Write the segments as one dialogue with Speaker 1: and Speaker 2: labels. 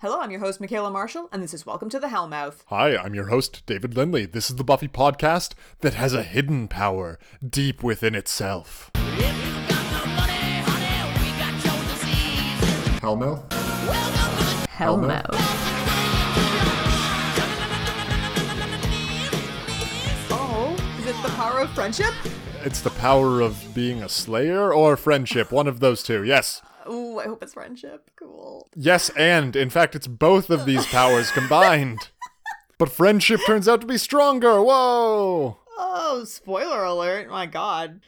Speaker 1: Hello, I'm your host, Michaela Marshall, and this is Welcome to the Hellmouth.
Speaker 2: Hi, I'm your host, David Lindley. This is the Buffy podcast that has a hidden power deep within itself.
Speaker 3: If you got no money, honey, we got your disease.
Speaker 2: Hellmouth?
Speaker 3: Welcome to the
Speaker 2: Hellmouth.
Speaker 1: Oh, is it the power of friendship?
Speaker 2: It's the power of being a slayer or friendship, one of those two. Yes.
Speaker 1: Ooh, I hope it's friendship. Cool.
Speaker 2: Yes, and in fact, it's both of these powers combined. But friendship turns out to be stronger. Whoa!
Speaker 1: Oh, spoiler alert. My God.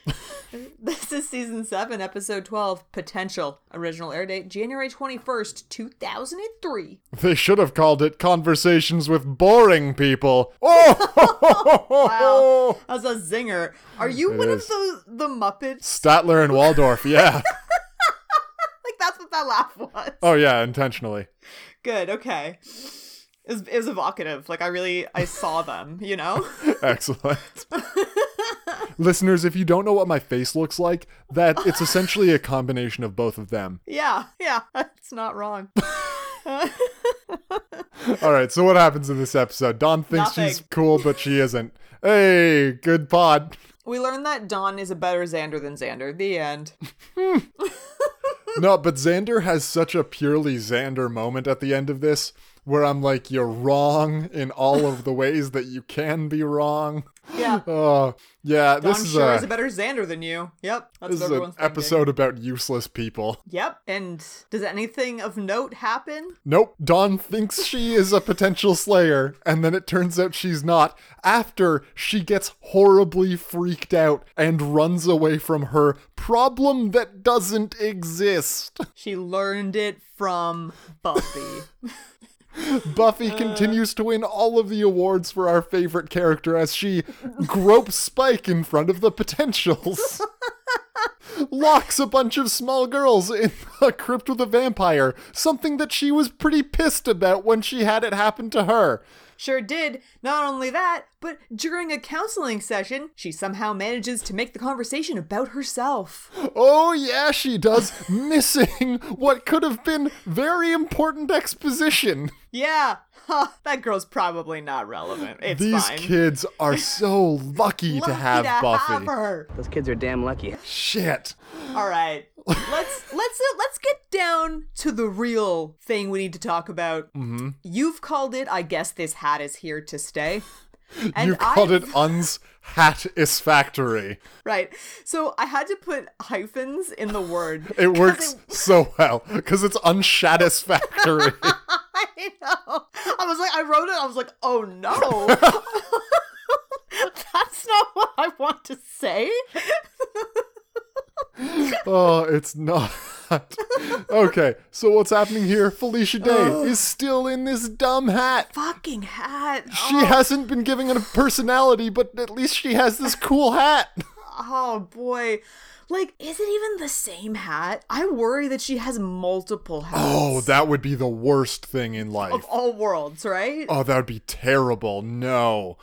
Speaker 1: this is season 7, episode 12, Potential. Original air date January 21st, 2003.
Speaker 2: They should have called it Conversations with Boring People. Oh!
Speaker 1: Wow. That's a zinger. Are you
Speaker 2: It
Speaker 1: one
Speaker 2: is.
Speaker 1: of those, the Muppets?
Speaker 2: Statler and Waldorf, yeah.
Speaker 1: Like, that's what that laugh was.
Speaker 2: Oh, yeah, intentionally.
Speaker 1: Good, okay. It was, it was evocative. Like, I really, I saw them, you know?
Speaker 2: Excellent. Listeners, if you don't know what my face looks like, that it's essentially a combination of both of them.
Speaker 1: Yeah, yeah, it's not wrong.
Speaker 2: All right, so what happens in this episode? Dawn thinks she's
Speaker 1: Nothing.
Speaker 2: cool, but she isn't. Hey, good pod.
Speaker 1: we learn that Don is a better Xander than Xander. The end.
Speaker 2: No, but Xander has such a purely Xander moment at the end of this where I'm like, you're wrong in all of the ways that you can be wrong.
Speaker 1: Yeah.
Speaker 2: Oh, yeah,
Speaker 1: Don
Speaker 2: this is
Speaker 1: sure
Speaker 2: a,
Speaker 1: is a better Xander than you. Yep, that's
Speaker 2: this
Speaker 1: what
Speaker 2: is an
Speaker 1: everyone's thinking.
Speaker 2: episode about useless people.
Speaker 1: Yep. And does anything of note happen?
Speaker 2: Nope, Dawn thinks she is a potential slayer, and then it turns out she's not after she gets horribly freaked out and runs away from her problem that doesn't exist.
Speaker 1: She learned it from Buffy.
Speaker 2: Buffy continues to win all of the awards for our favorite character as she gropes Spike in front of the potentials. Locks a bunch of small girls in a crypt with a vampire, something that she was pretty pissed about when she had it happen to her.
Speaker 1: sure did. Not only that, but during a counseling session, she somehow manages to make the conversation about herself.
Speaker 2: Oh, yeah, she does, missing what could have been very important exposition.
Speaker 1: Yeah. Huh, that girl's probably not relevant. It's
Speaker 2: These
Speaker 1: fine.
Speaker 2: kids are so lucky,
Speaker 1: Lucky
Speaker 2: to have Buffy.
Speaker 1: have her.
Speaker 4: Those kids are damn lucky.
Speaker 2: Shit.
Speaker 1: All right, let's let's let's get down to the real thing we need to talk about. Mm-hmm. You've called it. I guess this hat is here to stay. And
Speaker 2: you called
Speaker 1: I've-
Speaker 2: it Un's hat is factory.
Speaker 1: right. So I had to put hyphens in the word.
Speaker 2: It
Speaker 1: 'cause
Speaker 2: works so well because it's unsatisfactory.
Speaker 1: I know. I was like, I wrote it. I was like, oh no. That's not what I want to say.
Speaker 2: oh, it's not. okay, so what's happening here? Felicia Day is still in this dumb hat.
Speaker 1: Fucking hat.
Speaker 2: She hasn't been given a personality, but at least she has this cool hat.
Speaker 1: Oh boy. Like, is it even the same hat? I worry that she has multiple hats.
Speaker 2: Oh, that would be the worst thing in life.
Speaker 1: of all worlds, right?
Speaker 2: Oh, that would be terrible. No.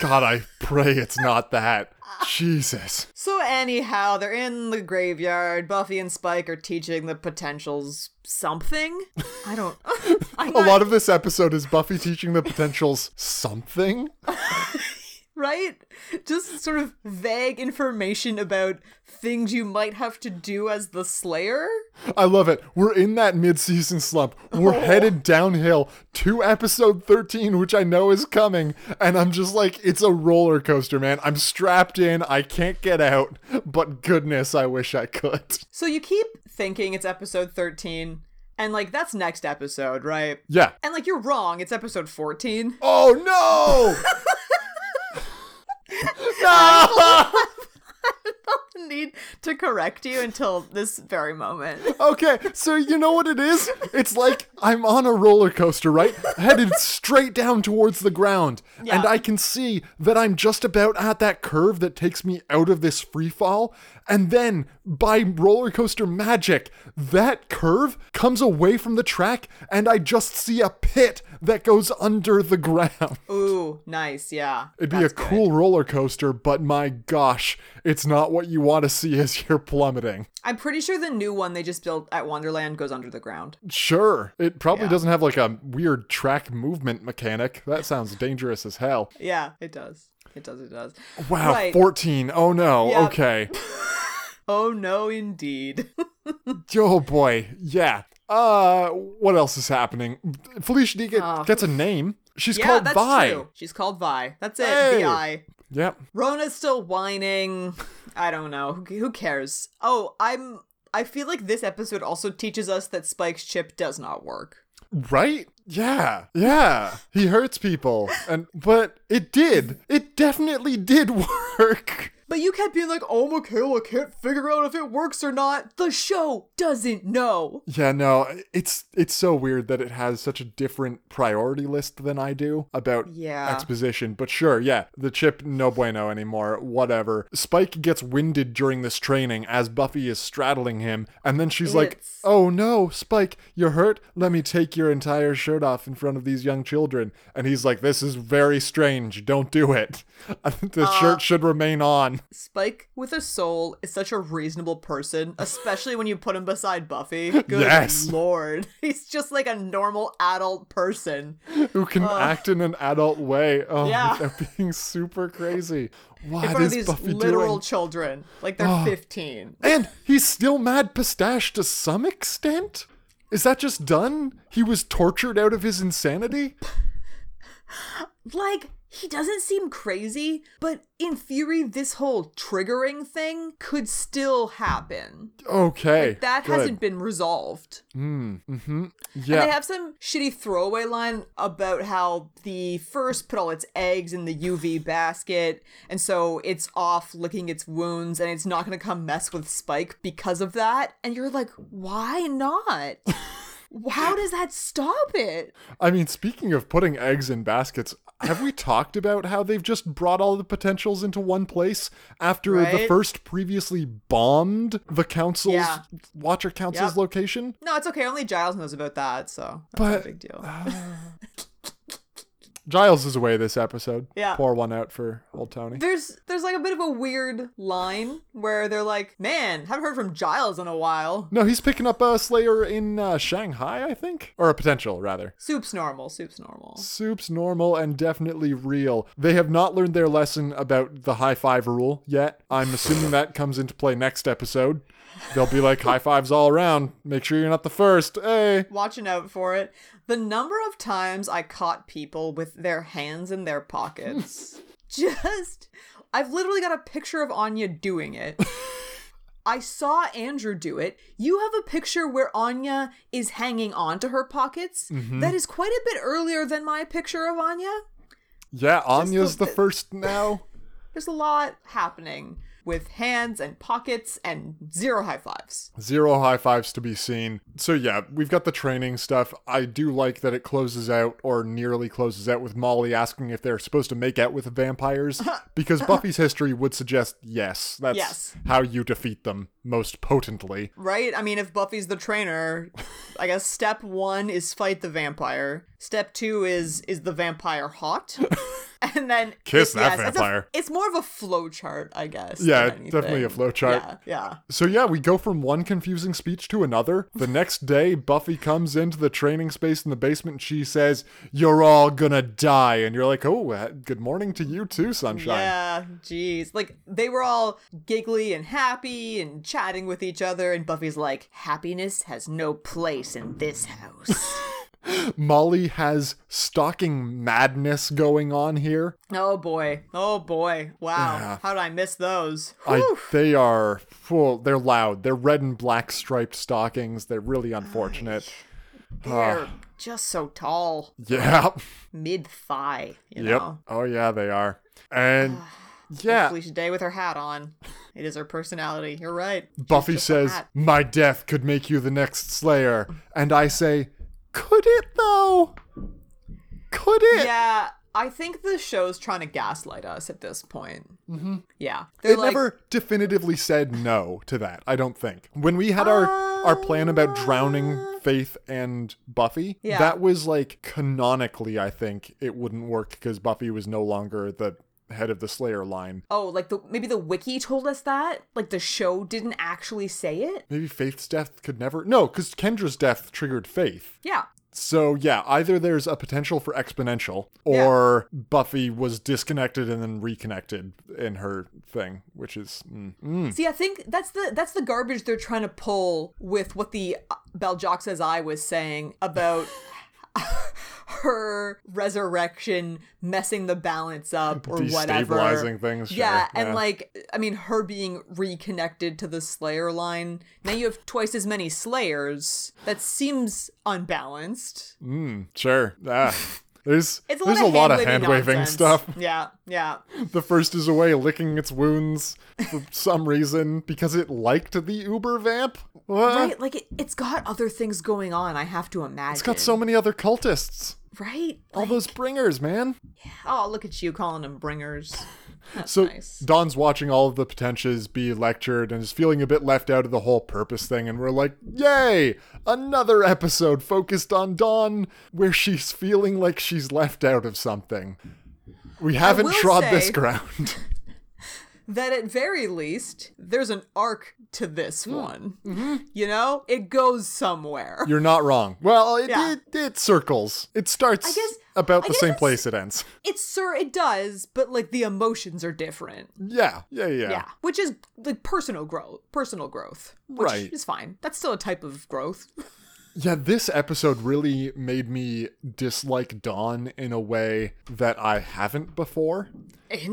Speaker 2: God, I pray it's not that. Jesus.
Speaker 1: So anyhow, they're in the graveyard. Buffy and Spike are teaching the potentials something. I don't. I'm
Speaker 2: A lot of this episode is Buffy teaching the potentials something.
Speaker 1: right. Just sort of vague information about things you might have to do as the Slayer.
Speaker 2: I love it. We're in that mid-season slump.
Speaker 1: Oh.
Speaker 2: We're headed downhill to episode 13, which I know is coming, and I'm just like, it's a roller coaster, man. I'm strapped in. I can't get out. But goodness, I wish I could.
Speaker 1: So you keep thinking it's episode thirteen, and like that's next episode, right?
Speaker 2: Yeah.
Speaker 1: And like you're wrong. It's episode fourteen.
Speaker 2: Oh no! no!
Speaker 1: need to correct you until this very moment.
Speaker 2: Okay, so you know what it is? It's like I'm on a roller coaster, right? Headed straight down towards the ground.
Speaker 1: Yeah.
Speaker 2: And I can see that I'm just about at that curve that takes me out of this free fall. And then by roller coaster magic, that curve comes away from the track and I just see a pit that goes under the ground.
Speaker 1: Ooh, nice. Yeah.
Speaker 2: It'd be
Speaker 1: That's
Speaker 2: a
Speaker 1: good.
Speaker 2: cool roller coaster, but my gosh, it's not what you want to see as you're plummeting.
Speaker 1: I'm pretty sure the new one they just built at Wonderland goes under the ground.
Speaker 2: Sure, it probably
Speaker 1: Yeah.
Speaker 2: doesn't have like a weird track movement mechanic. That sounds dangerous as hell.
Speaker 1: Yeah, it does. It does. It does.
Speaker 2: Wow,
Speaker 1: Right.
Speaker 2: 14. Oh no,
Speaker 1: Yeah.
Speaker 2: okay.
Speaker 1: Oh no, indeed.
Speaker 2: Oh boy, yeah. Uh, what else is happening? Felicia D get, gets a name. She's
Speaker 1: Oh. yeah,
Speaker 2: called
Speaker 1: that's
Speaker 2: Vi.
Speaker 1: true. She's called Vi. That's it.
Speaker 2: Hey.
Speaker 1: Vi.
Speaker 2: Yep.
Speaker 1: Rona's still whining. I don't know. Who, who cares? Oh, I'm. I feel like this episode also teaches us that Spike's chip does not work.
Speaker 2: Right? Yeah. Yeah. He hurts people. And but it did. It definitely did work.
Speaker 1: But you kept being like, "Oh, Michaela can't figure out if it works or not." The show doesn't know.
Speaker 2: Yeah, no, it's it's so weird that it has such a different priority list than I do about
Speaker 1: Yeah.
Speaker 2: exposition. But sure, yeah, the chip no bueno anymore, whatever. Spike gets winded during this training as Buffy is straddling him, and then she's like,
Speaker 1: It's-
Speaker 2: "Oh no, Spike, you're hurt. Let me take your entire shirt off in front of these young children." And he's like, "This is very strange. Don't do it. the
Speaker 1: Uh,
Speaker 2: shirt should remain on."
Speaker 1: Spike with a soul is such a reasonable person, especially when you put him beside Buffy. Good
Speaker 2: Yes.
Speaker 1: lord. He's just like a normal adult person.
Speaker 2: Who can act in an adult way? Oh,
Speaker 1: Yeah.
Speaker 2: without being super crazy. What
Speaker 1: In
Speaker 2: is
Speaker 1: front of these
Speaker 2: Buffy
Speaker 1: literal
Speaker 2: doing? Ah.
Speaker 1: children. Like they're 15.
Speaker 2: And he's still mad pistache to some extent? Is that just done? He was tortured out of his insanity?
Speaker 1: Like, he doesn't seem crazy, but in theory, this whole triggering thing could still happen.
Speaker 2: Okay.
Speaker 1: That
Speaker 2: good. Hmm, mm-hmm.
Speaker 1: hasn't been resolved.
Speaker 2: Yeah.
Speaker 1: They have some shitty throwaway line about how the first put all its eggs in the UV basket, and so it's off licking its wounds, and it's not gonna come mess with Spike because of that. And you're like, why not? How does that stop it?
Speaker 2: I mean, speaking of putting eggs in baskets, have we talked about how they've just brought all the potentials into one place after the
Speaker 1: Right?
Speaker 2: first previously bombed the council's
Speaker 1: Yeah.
Speaker 2: Watcher Council's
Speaker 1: Yep.
Speaker 2: location?
Speaker 1: No, it's okay. Only Giles knows about that, so that's not
Speaker 2: But- uh,
Speaker 1: a big deal.
Speaker 2: Giles is away this episode.
Speaker 1: Yeah.
Speaker 2: Pour one out for old Tony.
Speaker 1: There's there's like a bit of a weird line where they're like, "Man, haven't heard from Giles in a while."
Speaker 2: No, he's picking up a Slayer in uh, Shanghai, I think, or a potential rather.
Speaker 1: Soup's normal. Soup's normal.
Speaker 2: Soup's normal and definitely real. They have not learned their lesson about the high five rule yet. I'm assuming that comes into play next episode. They'll be like high fives all around. Make sure you're not the first. Hey.
Speaker 1: watching out for it. The number of times I caught people with their hands in their pockets. Just I've literally got a picture of Anya doing it. I saw Andrew do it. You have a picture where Anya is hanging onto her pockets. That is quite a bit earlier than my picture of Anya.
Speaker 2: Yeah, Anya's the
Speaker 1: the-
Speaker 2: first now.
Speaker 1: There's a lot happening with hands and pockets and zero high fives.
Speaker 2: Zero high fives to be seen. So yeah, we've got the training stuff. I do like that it closes out or nearly closes out with Molly asking if they're supposed to make out with the vampires because Buffy's history would suggest yes. That's
Speaker 1: Uh-huh. Yes.
Speaker 2: how you defeat them most potently.
Speaker 1: Right? I mean, if Buffy's the trainer, I guess step one is fight the vampire. Step two is is the vampire hot, and then
Speaker 2: Kiss that
Speaker 1: it's a-
Speaker 2: vampire.
Speaker 1: It's, more of a flow chart, I guess. than
Speaker 2: Yeah, it's definitely a
Speaker 1: anything.
Speaker 2: flow chart.
Speaker 1: Yeah, yeah.
Speaker 2: So yeah, we go from one confusing speech to another. The next day, Buffy comes into the training space in the basement and she says, "You're all gonna die." And you're like, "Oh, uh, good morning to you too, sunshine."
Speaker 1: Yeah, jeez. Like they were all giggly and happy and chatting with each other and Buffy's like, "Happiness has no place in this house."
Speaker 2: Molly has stalking madness going on here.
Speaker 1: oh boy. Oh boy. Wow. How did I miss those?
Speaker 2: I, they are full. They're loud. They're red and black striped stockings. They're really unfortunate. Ah.
Speaker 1: They're just so tall.
Speaker 2: Yeah.
Speaker 1: mid thigh. You
Speaker 2: Yep.
Speaker 1: know,
Speaker 2: Oh yeah, they are. And
Speaker 1: Ah,
Speaker 2: yeah,
Speaker 1: Felicia Day with her hat on. It is her personality. You're right. She's
Speaker 2: Buffy
Speaker 1: just a
Speaker 2: says,
Speaker 1: hat.
Speaker 2: My death could make you the next Slayer. And I say, Could it though? Could it?
Speaker 1: "Yeah, I think the show's trying to gaslight us at this point. Mm-hmm. Yeah,
Speaker 2: It never definitively said no to that, I don't think. When we had our our plan about drowning Faith and Buffy,
Speaker 1: Yeah.
Speaker 2: that was like canonically, I think it wouldn't work because Buffy was no longer the head of the Slayer line.
Speaker 1: Oh, like the maybe the wiki told us that. Like the show didn't actually say it.
Speaker 2: Maybe Faith's death could never. No, because Kendra's death triggered Faith.
Speaker 1: Yeah.
Speaker 2: So, yeah, either there's a potential for exponential, or Buffy was disconnected and then reconnected in her thing, which is. Mm,
Speaker 1: See, I think that's the that's the garbage they're trying to pull with what the uh, Beljox as I was saying about her resurrection messing the balance up or whatever.
Speaker 2: Destabilizing things, sure,
Speaker 1: Yeah, and
Speaker 2: yeah.
Speaker 1: like I mean her being reconnected to the Slayer line. Now you have twice as many Slayers. That seems unbalanced.
Speaker 2: Sure. Ah. There's
Speaker 1: It's a
Speaker 2: there's
Speaker 1: lot
Speaker 2: a lot of
Speaker 1: hand
Speaker 2: hand
Speaker 1: waving
Speaker 2: waving stuff.
Speaker 1: Yeah, yeah.
Speaker 2: The first is away licking its wounds for some reason because it liked the Uber vamp. What?
Speaker 1: Right? Like it, it's got other things going on, I have to imagine.
Speaker 2: It's got so many other cultists.
Speaker 1: Right?
Speaker 2: All those bringers, man.
Speaker 1: Oh, look at you calling them bringers.
Speaker 2: so
Speaker 1: nice.
Speaker 2: Don's watching all of the potentials be lectured and is feeling a bit left out of the whole purpose thing. And we're like, yay! Another episode focused on Dawn where she's feeling like she's left out of something. We haven't
Speaker 1: will
Speaker 2: trod this
Speaker 1: say-
Speaker 2: ground.
Speaker 1: that at very least there's an arc to this
Speaker 2: Hmm.
Speaker 1: one.
Speaker 2: Mm-hmm.
Speaker 1: You know, it goes somewhere.
Speaker 2: You're not wrong. Well, it,
Speaker 1: Yeah.
Speaker 2: it, it circles. It starts
Speaker 1: guess-
Speaker 2: about
Speaker 1: I
Speaker 2: the
Speaker 1: guess
Speaker 2: same
Speaker 1: it's-
Speaker 2: place it ends.
Speaker 1: It's sure it does, but like the emotions are different.
Speaker 2: Yeah, yeah, yeah.
Speaker 1: Yeah, which is like personal growth, personal growth, which
Speaker 2: Right.
Speaker 1: is fine. That's still a type of growth.
Speaker 2: Yeah, this episode really made me dislike Dawn in a way that I haven't before.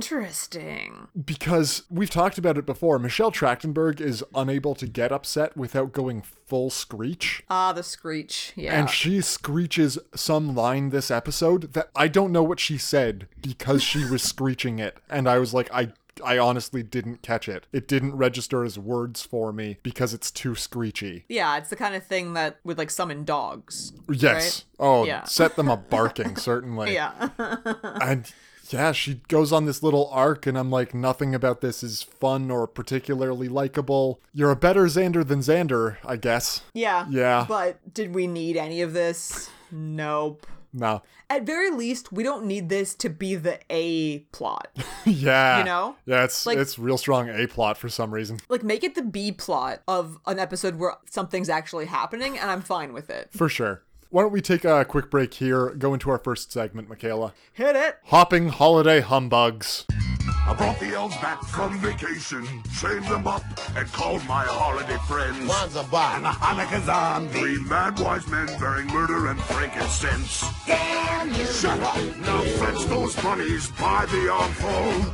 Speaker 1: Interesting.
Speaker 2: Because we've talked about it before. Michelle Trachtenberg is unable to get upset without going full screech.
Speaker 1: Ah, the screech. Yeah.
Speaker 2: And she screeches some line this episode that I don't know what she said because she was screeching it. And I was like, I I honestly didn't catch it. It didn't register as words for me because it's too screechy.
Speaker 1: yeah, it's the kind of thing that would like summon dogs.
Speaker 2: Yes. Oh,
Speaker 1: Yeah.
Speaker 2: set them a barking, certainly.
Speaker 1: Yeah.
Speaker 2: And yeah, she goes on this little arc, and I'm like, nothing about this is fun or particularly likable. You're a better Xander than Xander, I guess.
Speaker 1: Yeah.
Speaker 2: Yeah.
Speaker 1: But did we need any of this? Nope.
Speaker 2: No.
Speaker 1: At very least, we don't need this to be the A plot.
Speaker 2: yeah.
Speaker 1: You know?
Speaker 2: Yeah, it's
Speaker 1: Like-
Speaker 2: it's real strong A plot for some reason.
Speaker 1: Like, make it the B plot of an episode where something's actually happening, and I'm fine with it.
Speaker 2: For sure. Why don't we take a quick break here, go into our first segment, Michaela?
Speaker 1: Hit it.
Speaker 2: Hopping holiday humbugs.
Speaker 4: I brought the elves back from vacation, chained them up, and called my holiday friends.
Speaker 5: One's a bot.
Speaker 4: And a Hanukkah zombie. Three mad wise men bearing murder and frankincense. Damn you! Shut up! Now fetch those bunnies by the armful.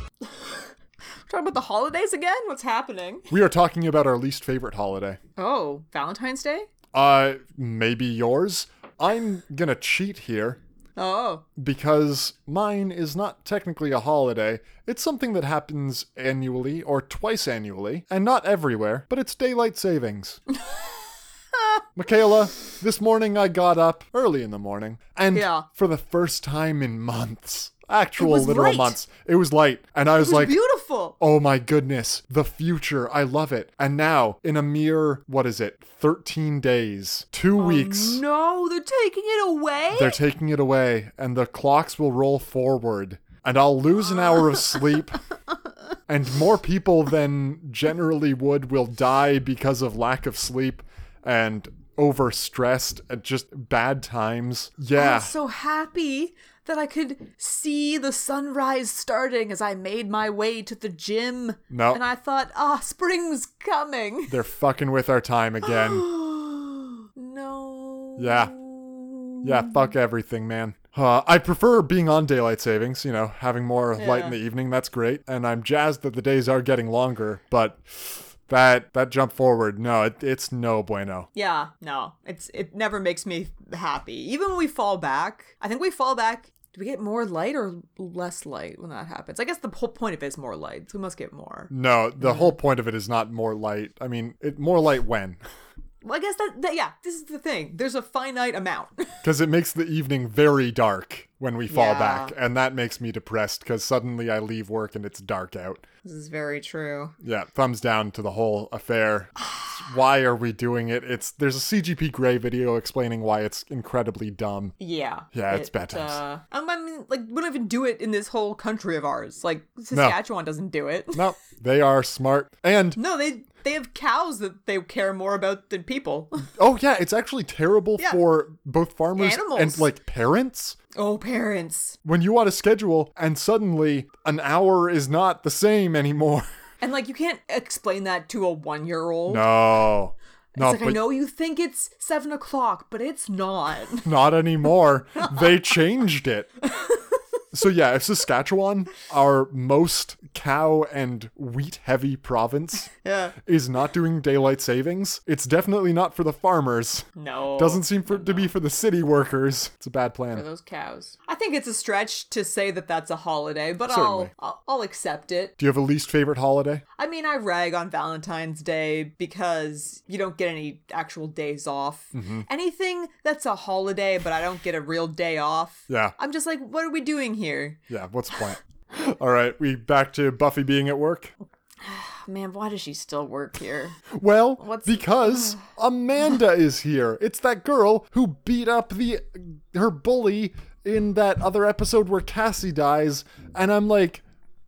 Speaker 1: Talking about the holidays again? What's happening?
Speaker 2: We are talking about our least favorite holiday.
Speaker 1: Oh, Valentine's Day?
Speaker 2: Uh, maybe yours? I'm gonna cheat here
Speaker 1: Oh.
Speaker 2: because mine is not technically a holiday. It's something that happens annually or twice annually, and not everywhere, but it's daylight savings. Michaela, this morning I got up early in the morning, and
Speaker 1: Yeah.
Speaker 2: for the first time in months, actual
Speaker 1: was
Speaker 2: literal
Speaker 1: light.
Speaker 2: months, it was light. And I was,
Speaker 1: It's
Speaker 2: like,
Speaker 1: beautiful.
Speaker 2: Oh my goodness, the future. I love it. And now, in a mere, what is it, 13 days, two
Speaker 1: Oh,
Speaker 2: weeks,
Speaker 1: No, they're taking it away?
Speaker 2: they're taking it away, and the clocks will roll forward, and I'll lose an hour of sleep. And more people than generally would will die because of lack of sleep and overstressed and just bad times. Yeah.
Speaker 1: I'm so happy that I could see the sunrise starting as I made my way to the gym.
Speaker 2: No.
Speaker 1: And I thought, ah, spring's coming.
Speaker 2: They're fucking with our time again.
Speaker 1: no.
Speaker 2: Yeah. Yeah, fuck everything, man. Uh, I prefer being on daylight savings, you know, having more light in the evening. That's great. And I'm jazzed that the days are getting longer, but that that jump forward, no, it, it's no bueno.
Speaker 1: Yeah, no. It's it never makes me happy. Even when we fall back, I think we fall back. Do we get more light or less light when that happens? I guess the whole point of it is more light. So we must get more.
Speaker 2: No, the
Speaker 1: Mm.
Speaker 2: whole point of it is not more light. I mean, it more light when?
Speaker 1: Well, I guess that, that yeah, this is the thing. There's a finite amount.
Speaker 2: Because it makes the evening very dark. when we fall
Speaker 1: Yeah.
Speaker 2: back, and that makes me depressed because suddenly I leave work and it's dark out.
Speaker 1: This is very true.
Speaker 2: Yeah, thumbs down to the whole affair. why are we doing it? It's there's a CGP Grey video explaining why it's incredibly dumb.
Speaker 1: Yeah.
Speaker 2: Yeah, it's bad times.
Speaker 1: Uh, um, I mean, like, we don't even do it in this whole country of ours. Like, Saskatchewan doesn't do it.
Speaker 2: No, they are smart. And
Speaker 1: No, they they have cows that they care more about than people.
Speaker 2: oh yeah, it's actually terrible
Speaker 1: Yeah.
Speaker 2: for both farmers and
Speaker 1: Animals.
Speaker 2: like parents.
Speaker 1: oh, parents.
Speaker 2: When you want a schedule and suddenly an hour is not the same anymore.
Speaker 1: And like, you can't explain that to a one year old.
Speaker 2: No. No,
Speaker 1: It's like, I know you think it's seven o'clock, but it's not.
Speaker 2: Not anymore. they changed it. So yeah, if Saskatchewan, our most cow and wheat heavy province,
Speaker 1: yeah.
Speaker 2: is not doing daylight savings, it's definitely not for the farmers.
Speaker 1: No.
Speaker 2: Doesn't seem for, to be for the city workers. It's a bad plan.
Speaker 1: those cows. I think it's a stretch to say that that's a holiday, but I'll,
Speaker 2: Certainly.
Speaker 1: I'll I'll accept it.
Speaker 2: Do you have a least favorite holiday?
Speaker 1: I mean, I rag on Valentine's Day because you don't get any actual days off.
Speaker 2: Mm-hmm.
Speaker 1: Anything that's a holiday, but I don't get a real day off.
Speaker 2: Yeah.
Speaker 1: I'm just like, what are we doing here?
Speaker 2: Yeah, what's the plan? All right, we back to Buffy being at work.
Speaker 1: Man, why does she still work here?
Speaker 2: Well,
Speaker 1: What's-
Speaker 2: because Amanda is here. It's that girl who beat up the her bully in that other episode where Cassie dies, and I'm like,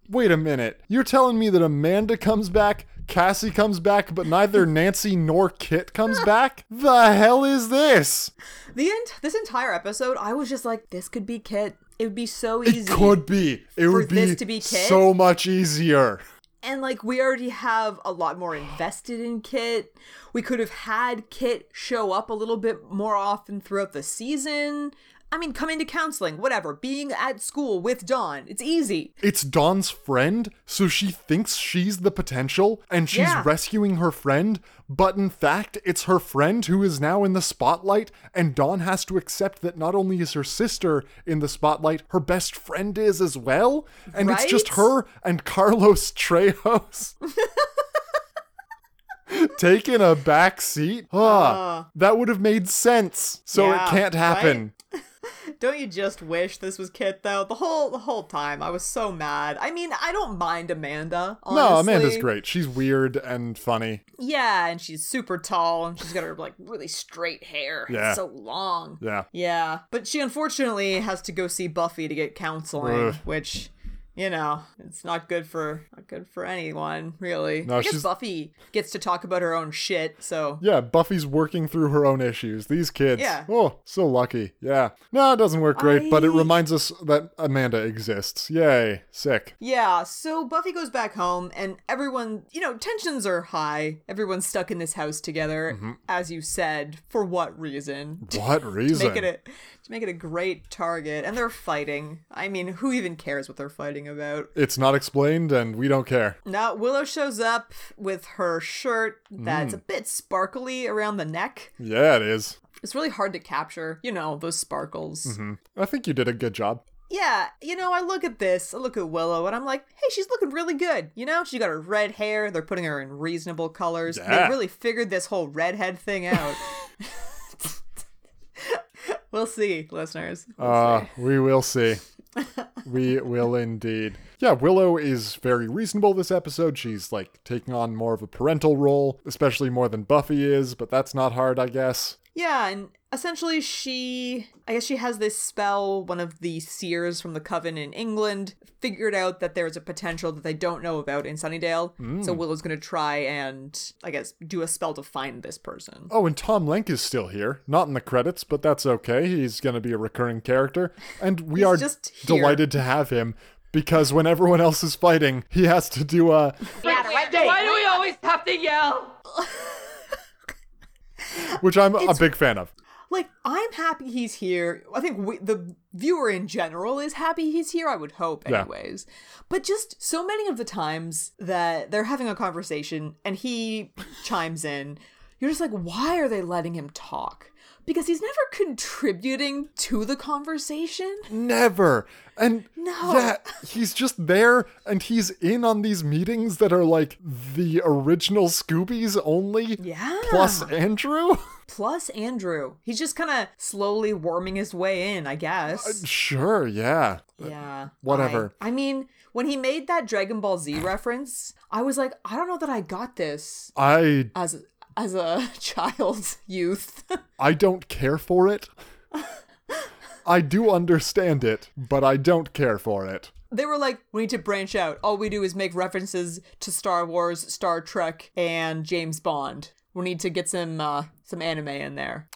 Speaker 2: wait a minute, you're telling me that Amanda comes back, Cassie comes back, but neither Nancy nor Kit comes back? The hell is this?
Speaker 1: The end. This entire episode, I was just like, this could be Kit. It would be so easy.
Speaker 2: It could be. It would be,
Speaker 1: this to be Kit?
Speaker 2: so much easier.
Speaker 1: And like we already have a lot more invested in Kit. We could have had Kit show up a little bit more often throughout the season. I mean, coming to counseling, whatever, being at school with Dawn. It's easy.
Speaker 2: it's Dawn's friend, so she thinks she's the potential and she's
Speaker 1: Yeah.
Speaker 2: rescuing her friend, but in fact, it's her friend who is now in the spotlight, and Dawn has to accept that not only is her sister in the spotlight, her best friend is as well, and it's just
Speaker 1: Right?
Speaker 2: her and Carlos Trejos. Taking a back seat? Ah, that would have made sense. So
Speaker 1: Uh. Yeah,
Speaker 2: it can't happen.
Speaker 1: right? Don't you just wish this was Kit though? The whole the whole time I was so mad. I mean, I don't mind Amanda, honestly.
Speaker 2: No, Amanda's great. She's weird and funny.
Speaker 1: Yeah, and she's super tall and she's got her like really straight hair. It's
Speaker 2: Yeah.
Speaker 1: so long.
Speaker 2: Yeah.
Speaker 1: Yeah, but she unfortunately has to go see Buffy to get counseling,
Speaker 2: Ugh.
Speaker 1: which, you know, it's not good for not good for anyone really.
Speaker 2: No,
Speaker 1: I guess
Speaker 2: she's-
Speaker 1: Buffy gets to talk about her own shit, so
Speaker 2: Yeah, Buffy's working through her own issues. These kids.
Speaker 1: Yeah.
Speaker 2: Oh, so lucky. Yeah. No, it doesn't work great, but it
Speaker 1: I-
Speaker 2: reminds us that Amanda exists. Yay. Sick.
Speaker 1: Yeah, so Buffy goes back home, and everyone, you know, tensions are high. Everyone's stuck in this house together,
Speaker 2: Mm-hmm.
Speaker 1: as you said. For what reason?
Speaker 2: What reason?
Speaker 1: Make it a, to make it a great target, and they're fighting. I mean, who even cares what they're fighting about?
Speaker 2: it's not explained, and we don't care.
Speaker 1: Now, Willow shows up with her shirt that's a bit sparkly around the neck.
Speaker 2: Yeah, it is.
Speaker 1: It's really hard to capture, you know, those sparkles.
Speaker 2: I think you did a good job.
Speaker 1: Yeah, you know, I look at this, I look at Willow, and I'm like, hey, she's looking really good. You know, she got her red hair, they're putting her in reasonable colors.
Speaker 2: Yeah.
Speaker 1: They really figured this whole redhead thing out. we'll see, listeners. We'll
Speaker 2: Uh,
Speaker 1: see.
Speaker 2: we will see. we will indeed. Yeah, Willow is very reasonable this episode. She's like taking on more of a parental role, especially more than Buffy is, but that's not hard, I guess.
Speaker 1: Yeah, and essentially, she, I guess she has this spell, one of the seers from the coven in England figured out that there's a potential that they don't know about in Sunnydale. So Willow's going to try and, I guess, do a spell to find this person.
Speaker 2: Oh, and Tom Lenk is still here. Not in the credits, but that's okay. He's going to be a recurring character. And we are
Speaker 1: just here.
Speaker 2: delighted to have him because when everyone else is fighting, he has to do a.
Speaker 5: Why do we always have to yell?
Speaker 2: Which I'm a big fan of.
Speaker 1: like i'm happy he's here i think we, the viewer in general is happy he's here i would hope
Speaker 2: Yeah.
Speaker 1: anyways but just so many of the times that they're having a conversation and he chimes in you're just like why are they letting him talk because he's never contributing to the conversation.
Speaker 2: Never. And
Speaker 1: No.
Speaker 2: yeah, he's just there and he's in on these meetings that are like the original Scoobies only.
Speaker 1: Yeah.
Speaker 2: Plus Andrew?
Speaker 1: Plus Andrew. He's just kind of slowly worming his way in, I guess.
Speaker 2: sure, yeah.
Speaker 1: yeah.
Speaker 2: Uh, whatever.
Speaker 1: I, I mean, when he made that Dragon Ball Z reference, I was like, I don't know that I got this
Speaker 2: I
Speaker 1: as as a child youth.
Speaker 2: I don't care for it. I do understand it, but I don't care for it.
Speaker 1: they were like, we need to branch out. All we do is make references to Star Wars, Star Trek, and James Bond. We need to get some uh, some anime in there.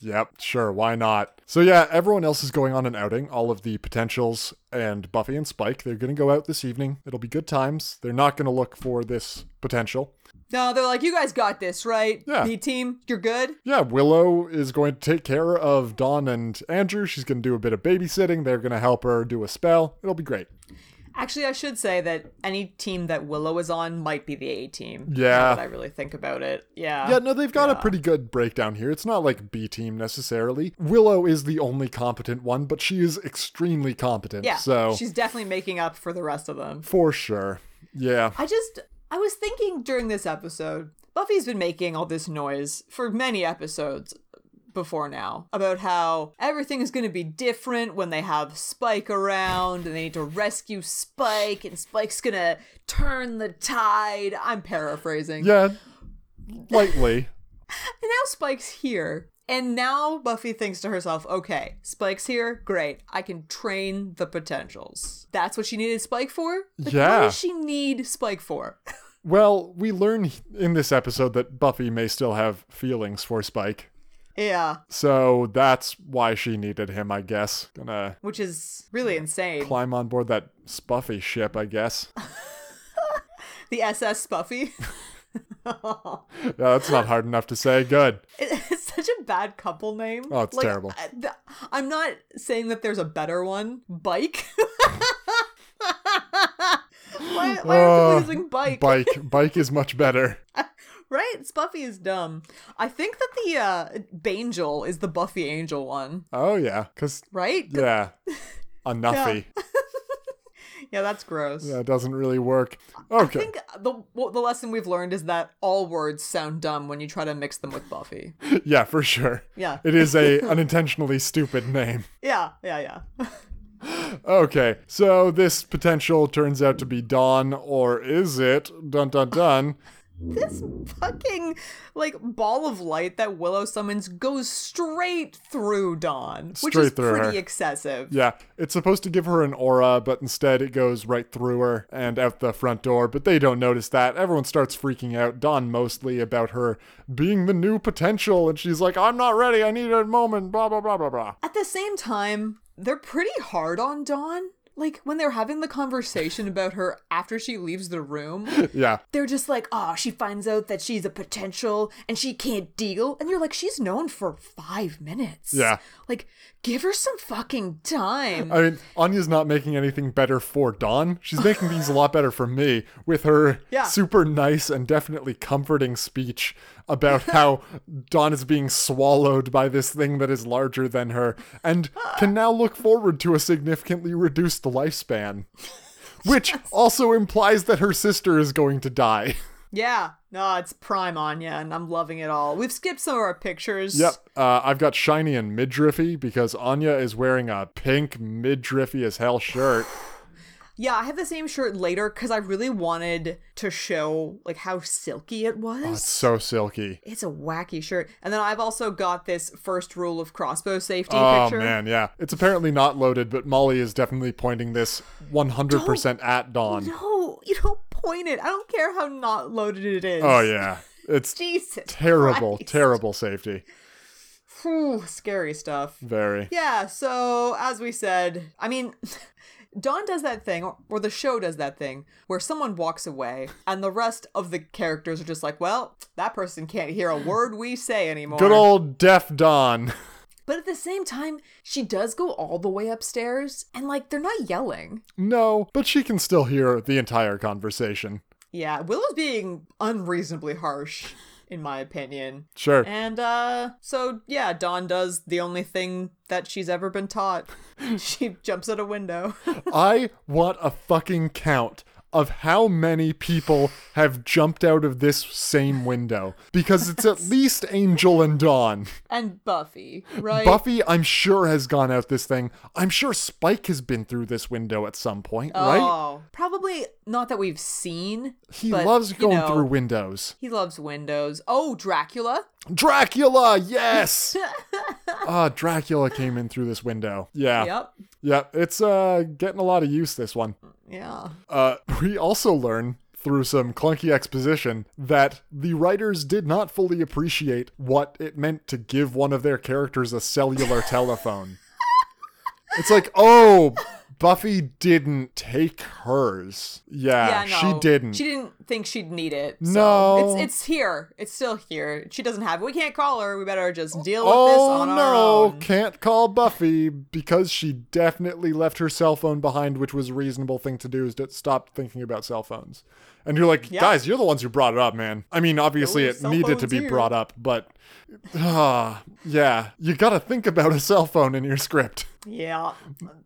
Speaker 2: Yep, sure, why not? So yeah, everyone else is going on an outing, all of the potentials and Buffy and Spike, they're going to go out this evening. It'll be good times. They're not going to look for this potential.
Speaker 1: No, they're like, you guys got this, right?
Speaker 2: Yeah.
Speaker 1: B team, you're good.
Speaker 2: Yeah, Willow is going to take care of Dawn and Andrew. She's going to do a bit of babysitting. They're going to help her do a spell. It'll be great.
Speaker 1: Actually, I should say that any team that Willow is on might be the A team. now
Speaker 2: Yeah.
Speaker 1: that I really think about it. Yeah.
Speaker 2: Yeah, no, they've got a pretty good breakdown here. It's not like B team necessarily. Willow is the only competent one, but she is extremely competent.
Speaker 1: Yeah.
Speaker 2: so
Speaker 1: she's definitely making up for the rest of them.
Speaker 2: for sure. Yeah.
Speaker 1: I just I was thinking during this episode, Buffy's been making all this noise for many episodes before now about how everything is going to be different when they have Spike around and they need to rescue Spike and Spike's going to turn the tide. I'm paraphrasing.
Speaker 2: Yeah. Lightly.
Speaker 1: And now Spike's here. And now Buffy thinks to herself, okay, Spike's here. Great. I can train the potentials. That's what she needed Spike for? Like, What
Speaker 2: Yeah.
Speaker 1: does she need Spike for?
Speaker 2: well, we learn in this episode that Buffy may still have feelings for Spike.
Speaker 1: yeah.
Speaker 2: So that's why she needed him, I guess. Gonna
Speaker 1: which is really insane.
Speaker 2: climb on board that Spuffy ship, I guess.
Speaker 1: the SS Spuffy.
Speaker 2: Yeah, that's not hard enough to say. Good.
Speaker 1: it's such a bad couple name.
Speaker 2: Oh, it's terrible.
Speaker 1: I, th- I'm not saying that there's a better one. Bike. why why are people using bike?
Speaker 2: Uh, Bike. Bike is much better.
Speaker 1: right? Spuffy is dumb. I think that the uh, Bangel is the Buffy Angel one,
Speaker 2: Oh, yeah. Because,
Speaker 1: right?
Speaker 2: yeah. Enoughy.
Speaker 1: Yeah, that's gross.
Speaker 2: That doesn't really work. Okay.
Speaker 1: I think the well, the lesson we've learned is that all words sound dumb when you try to mix them with Buffy.
Speaker 2: yeah, for sure.
Speaker 1: Yeah.
Speaker 2: It is a unintentionally stupid name.
Speaker 1: Yeah, yeah, yeah.
Speaker 2: Okay. So this potential turns out to be Dawn, or is it? Dun dun dun.
Speaker 1: this fucking like ball of light that Willow summons goes straight through Dawn, which is
Speaker 2: Straight through
Speaker 1: pretty
Speaker 2: her.
Speaker 1: excessive.
Speaker 2: Yeah, it's supposed to give her an aura, but instead it goes right through her and out the front door, but they don't notice that. Everyone starts freaking out, Dawn mostly, about her being the new potential, and she's like, I'm not ready, I need a moment, blah, blah, blah, blah, blah.
Speaker 1: At the same time, they're pretty hard on Dawn. Like when they're having the conversation about her after she leaves the room,
Speaker 2: Yeah,
Speaker 1: they're just like, "Oh, she finds out that she's a potential and she can't deal." And you're like, "She's known for 5 minutes."
Speaker 2: Yeah.
Speaker 1: Like give her some fucking time.
Speaker 2: I mean, Anya's not making anything better for Dawn. She's making things a lot better for me with her
Speaker 1: Yeah.
Speaker 2: super nice and definitely comforting speech about how Dawn is being swallowed by this thing that is larger than her and can now look forward to a significantly reduced lifespan. Which also implies that her sister is going to die.
Speaker 1: yeah. No, it's prime Anya and I'm loving it all. We've skipped some of our pictures.
Speaker 2: Yep. Uh, I've got shiny and midriffy because Anya is wearing a pink midriffy as hell shirt.
Speaker 1: Yeah, I have the same shirt later because I really wanted to show like how silky it was.
Speaker 2: It's so silky.
Speaker 1: It's a wacky shirt, and then I've also got this first rule of crossbow safety
Speaker 2: Oh
Speaker 1: picture.
Speaker 2: man, yeah. It's apparently not loaded, but Molly is definitely pointing this 100% at Dawn.
Speaker 1: No, you don't point it. I don't care how not loaded it is.
Speaker 2: Oh yeah. It's
Speaker 1: Jesus,
Speaker 2: terrible,
Speaker 1: Christ.
Speaker 2: terrible safety.
Speaker 1: Phew, scary stuff.
Speaker 2: Very.
Speaker 1: Yeah, so as we said, I mean, Dawn does that thing, or, or the show does that thing, where someone walks away and the rest of the characters are just like, well, that person can't hear a word we say anymore.
Speaker 2: Good old deaf Dawn.
Speaker 1: But at the same time, she does go all the way upstairs and like they're not yelling.
Speaker 2: No, but she can still hear the entire conversation.
Speaker 1: Yeah, Willow's being unreasonably harsh in my opinion.
Speaker 2: Sure.
Speaker 1: And uh so yeah, Dawn does the only thing that she's ever been taught. she jumps out a window.
Speaker 2: I want a fucking count of how many people have jumped out of this same window because it's at least Angel and Dawn.
Speaker 1: and Buffy, right?
Speaker 2: Buffy, I'm sure, has gone out this thing. I'm sure Spike has been through this window at some point, right?
Speaker 1: Oh, probably not that we've seen.
Speaker 2: He
Speaker 1: but,
Speaker 2: loves
Speaker 1: you
Speaker 2: going
Speaker 1: know,
Speaker 2: through windows.
Speaker 1: He loves windows. Oh, Dracula.
Speaker 2: Dracula, yes. Ah, Dracula came in through this window. Yeah.
Speaker 1: Yep.
Speaker 2: Yeah, it's uh getting a lot of use this one.
Speaker 1: Yeah.
Speaker 2: Uh we also learn through some clunky exposition that the writers did not fully appreciate what it meant to give one of their characters a cellular telephone. It's like, "Oh, Buffy didn't take hers." Yeah,
Speaker 1: yeah, no.
Speaker 2: she didn't.
Speaker 1: She didn't think she'd need it. so
Speaker 2: No.
Speaker 1: It's it's here. It's still here. She doesn't have it. We can't call her. We better just deal with this
Speaker 2: Oh
Speaker 1: on our
Speaker 2: no,
Speaker 1: own.
Speaker 2: can't call Buffy because she definitely left her cell phone behind, which was a reasonable thing to do is to stop thinking about cell phones. And you're like, guys, you're the ones who brought it up, man. I mean, obviously
Speaker 1: There were
Speaker 2: it
Speaker 1: cell
Speaker 2: needed to
Speaker 1: phones
Speaker 2: be
Speaker 1: here.
Speaker 2: brought up, but ah, yeah, you got to think about a cell phone in your script.
Speaker 1: Yeah.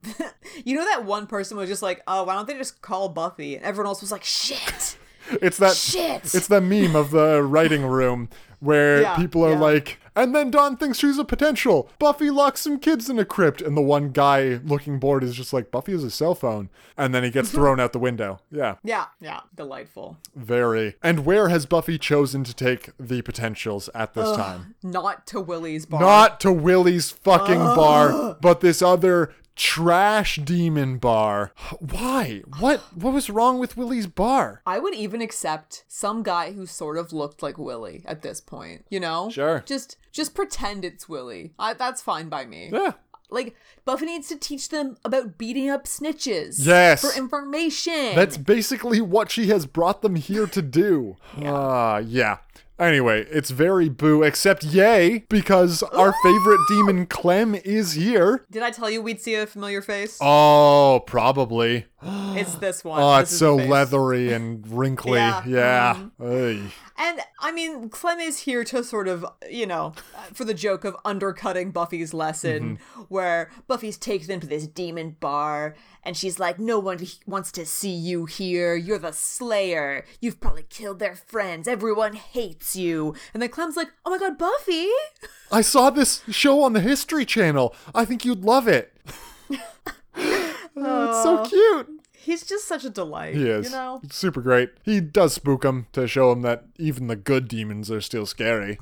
Speaker 1: you know that one person was just like, "Oh, why don't they just call Buffy?" And everyone else was like, "Shit."
Speaker 2: It's that
Speaker 1: Shit.
Speaker 2: It's the meme of the writing room where
Speaker 1: Yeah,
Speaker 2: people are
Speaker 1: yeah.
Speaker 2: like, and then Dawn thinks she's a potential. Buffy locks some kids in a crypt, and the one guy looking bored is just like, Buffy has a cell phone, and then he gets thrown out the window. Yeah,
Speaker 1: Yeah. Yeah. Delightful.
Speaker 2: very. And where has Buffy chosen to take the potentials at this time?
Speaker 1: Not to Willie's bar.
Speaker 2: Not to Willie's fucking bar, but this other trash demon bar. Why? What? What was wrong with Willie's bar?
Speaker 1: I would even accept some guy who sort of looked like Willie at this point, you know?
Speaker 2: Sure.
Speaker 1: Just just pretend it's Willie. I, that's fine by me.
Speaker 2: Yeah.
Speaker 1: Like Buffy needs to teach them about beating up snitches.
Speaker 2: Yes.
Speaker 1: For information.
Speaker 2: That's basically what she has brought them here to do. Ah, yeah. Anyway, it's very boo, except yay, because our favorite demon Clem is here.
Speaker 1: Did I tell you we'd see a familiar face?
Speaker 2: Oh, probably.
Speaker 1: it's this one.
Speaker 2: Oh,
Speaker 1: This
Speaker 2: it's
Speaker 1: is the
Speaker 2: so
Speaker 1: face.
Speaker 2: leathery and wrinkly.
Speaker 1: Yeah. um,
Speaker 2: Yeah. Oy.
Speaker 1: And I mean, Clem is here to sort of, you know, for the joke of undercutting Buffy's lesson,
Speaker 2: Mm-hmm.
Speaker 1: where Buffy's taken them to this demon bar, and she's like, "No one he- wants to see you here. You're the Slayer. You've probably killed their friends. Everyone hates you." And then Clem's like, "Oh my God, Buffy!"
Speaker 2: I saw this show on the History Channel. I think you'd love it. Oh, it's so cute.
Speaker 1: He's just such a delight.
Speaker 2: He is.
Speaker 1: You know,
Speaker 2: Super great. He does spook him to show him that even the good demons are still scary.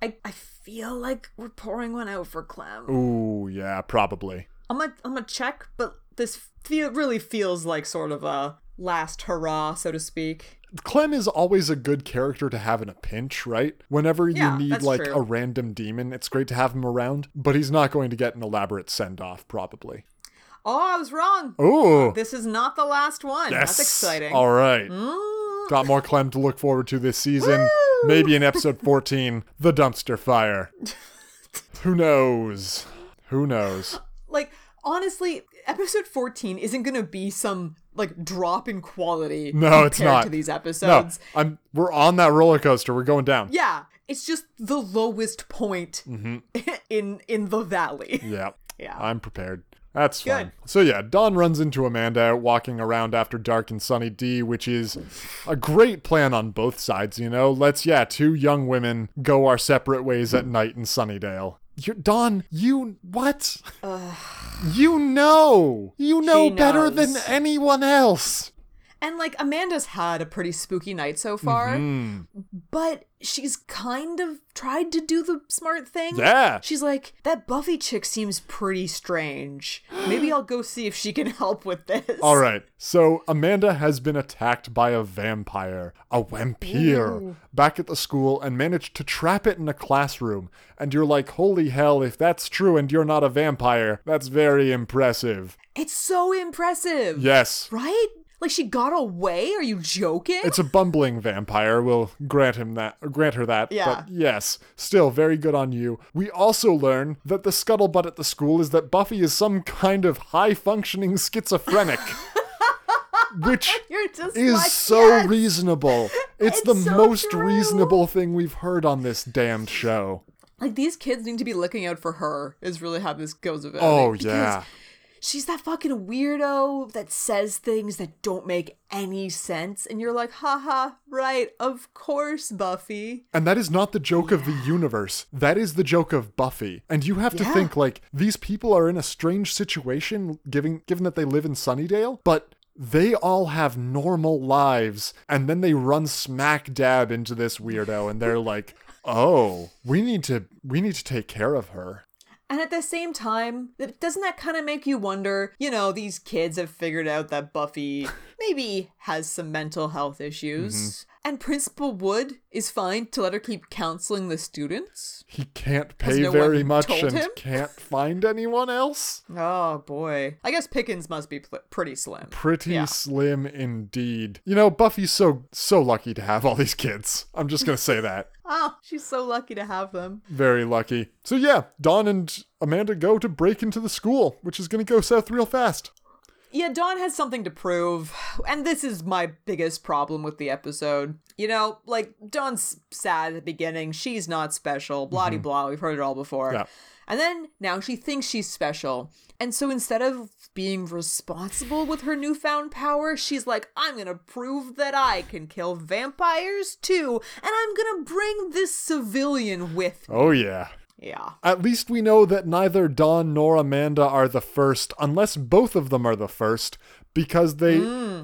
Speaker 1: I I feel like we're pouring one out for Clem.
Speaker 2: Ooh, yeah, probably.
Speaker 1: I'm gonna I'm gonna check, but this feel really feels like sort of a last hurrah, so to speak.
Speaker 2: Clem is always a good character to have in a pinch, right? Whenever you
Speaker 1: Yeah,
Speaker 2: need
Speaker 1: that's
Speaker 2: like
Speaker 1: true.
Speaker 2: a random demon, it's great to have him around, but he's not going to get an elaborate send off, probably.
Speaker 1: Oh, I was wrong.
Speaker 2: Ooh.
Speaker 1: This is not the last one.
Speaker 2: yes.
Speaker 1: That's exciting. Mm.
Speaker 2: All right. Got more Clem to look forward to this season. Maybe in episode 14, The Dumpster Fire. Who knows? Who knows?
Speaker 1: Like honestly, episode 14 isn't going to be some like drop in quality
Speaker 2: No, it's
Speaker 1: compared
Speaker 2: not.
Speaker 1: to these episodes.
Speaker 2: No, I'm we're on that roller coaster. We're going down.
Speaker 1: Yeah, it's just the lowest point
Speaker 2: Mm-hmm.
Speaker 1: in in the valley.
Speaker 2: Yeah.
Speaker 1: Yeah.
Speaker 2: I'm prepared. That's
Speaker 1: Good.
Speaker 2: fine. So yeah, Dawn runs into Amanda out walking around after dark in Sunny D, which is a great plan on both sides, you know? Let's yeah, two young women go our separate ways at night in Sunnydale. You're Dawn, you what? you know. You know
Speaker 1: She
Speaker 2: better than
Speaker 1: knows.
Speaker 2: anyone else.
Speaker 1: And like Amanda's had a pretty spooky night so far,
Speaker 2: Mm-hmm.
Speaker 1: but she's kind of tried to do the smart thing.
Speaker 2: Yeah.
Speaker 1: She's like, that Buffy chick seems pretty strange. Maybe I'll go see if she can help with this.
Speaker 2: All right. So Amanda has been attacked by a vampire, a vampire, back at the school and managed to trap it in a classroom. And you're like, holy hell, if that's true and you're not a vampire, that's very impressive.
Speaker 1: It's so impressive.
Speaker 2: Yes.
Speaker 1: Right? Like she got away? Are you joking?
Speaker 2: It's a bumbling vampire. We'll grant him that. Grant her that.
Speaker 1: Yeah.
Speaker 2: But yes, still very good on you. We also learn that the scuttlebutt at the school is that Buffy is some kind of high functioning schizophrenic, which
Speaker 1: You're just
Speaker 2: is
Speaker 1: like,
Speaker 2: so
Speaker 1: "Yes!"
Speaker 2: reasonable. It's, the
Speaker 1: It's so
Speaker 2: most
Speaker 1: true.
Speaker 2: reasonable thing we've heard on this damned show.
Speaker 1: Like these kids need to be looking out for her. Is really how this goes about.
Speaker 2: Oh,
Speaker 1: it, because
Speaker 2: yeah.
Speaker 1: she's that fucking weirdo that says things that don't make any sense, and you're like, haha, right? Of course, Buffy.
Speaker 2: And that is not the joke of the universe. That is the joke of Buffy. And you have to
Speaker 1: Yeah.
Speaker 2: think like these people are in a strange situation given given that they live in Sunnydale, but they all have normal lives and then they run smack dab into this weirdo and they're like, "Oh, we need to we need to take care of her."
Speaker 1: And at the same time, th- doesn't that kind of make you wonder? You know, these kids have figured out that Buffy maybe has some mental health issues. And Principal Wood is fine to let her keep counseling the students.
Speaker 2: He can't
Speaker 1: Has
Speaker 2: pay
Speaker 1: no
Speaker 2: very
Speaker 1: one
Speaker 2: much
Speaker 1: told
Speaker 2: and
Speaker 1: him?
Speaker 2: can't find anyone else.
Speaker 1: Oh boy. I guess Pickens must be pl- pretty slim.
Speaker 2: Pretty
Speaker 1: Yeah.
Speaker 2: slim indeed. You know, Buffy's so so lucky to have all these kids. I'm just going to say that.
Speaker 1: Oh, she's so lucky to have them.
Speaker 2: Very lucky. So yeah, Don and Amanda go to break into the school, which is going to go south real fast.
Speaker 1: Yeah, Dawn has something to prove. And this is my biggest problem with the episode. You know, like, Dawn's sad at the beginning. She's not special. Blah de blah. We've heard it all before.
Speaker 2: Mm-hmm. Yeah.
Speaker 1: And then now she thinks she's special. And so instead of being responsible with her newfound power, she's like, I'm going to prove that I can kill vampires too. And I'm going to bring this civilian with.
Speaker 2: Oh yeah.
Speaker 1: Yeah.
Speaker 2: At least we know that neither Don nor Amanda are the first, unless both of them are the first, because they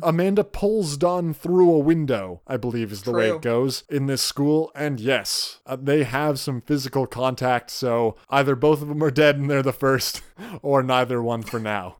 Speaker 2: Amanda pulls Don through a window, I believe is the way
Speaker 1: True.
Speaker 2: it goes in this school. And yes, uh, they have some physical contact, so either both of them are dead and they're the first, or neither one for now.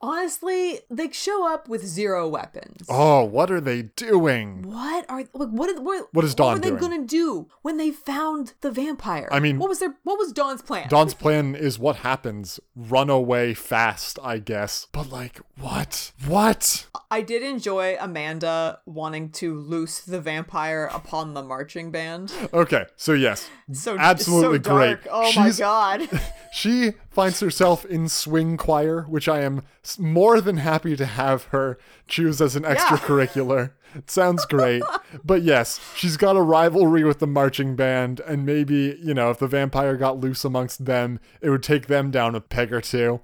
Speaker 1: Honestly, they show up with zero weapons.
Speaker 2: Oh, what are they doing?
Speaker 1: What are like what are, what,
Speaker 2: What is
Speaker 1: what
Speaker 2: Dawn
Speaker 1: were they
Speaker 2: doing?
Speaker 1: gonna do when they found the vampire?
Speaker 2: I mean-
Speaker 1: what was their what was Dawn's plan?
Speaker 2: Don's plan is what happens. Run away fast, I guess. But like, what? What?
Speaker 1: I did enjoy Amanda wanting to loose the vampire upon the marching band.
Speaker 2: Okay, so yes,
Speaker 1: So
Speaker 2: absolutely
Speaker 1: so dark.
Speaker 2: great.
Speaker 1: Oh
Speaker 2: She's-
Speaker 1: my god.
Speaker 2: She finds herself in swing choir, which I am s- more than happy to have her choose as an extracurricular. It sounds great. but yes, she's got a rivalry with the marching band, and maybe, you know, if the vampire got loose amongst them, it would take them down a peg or two.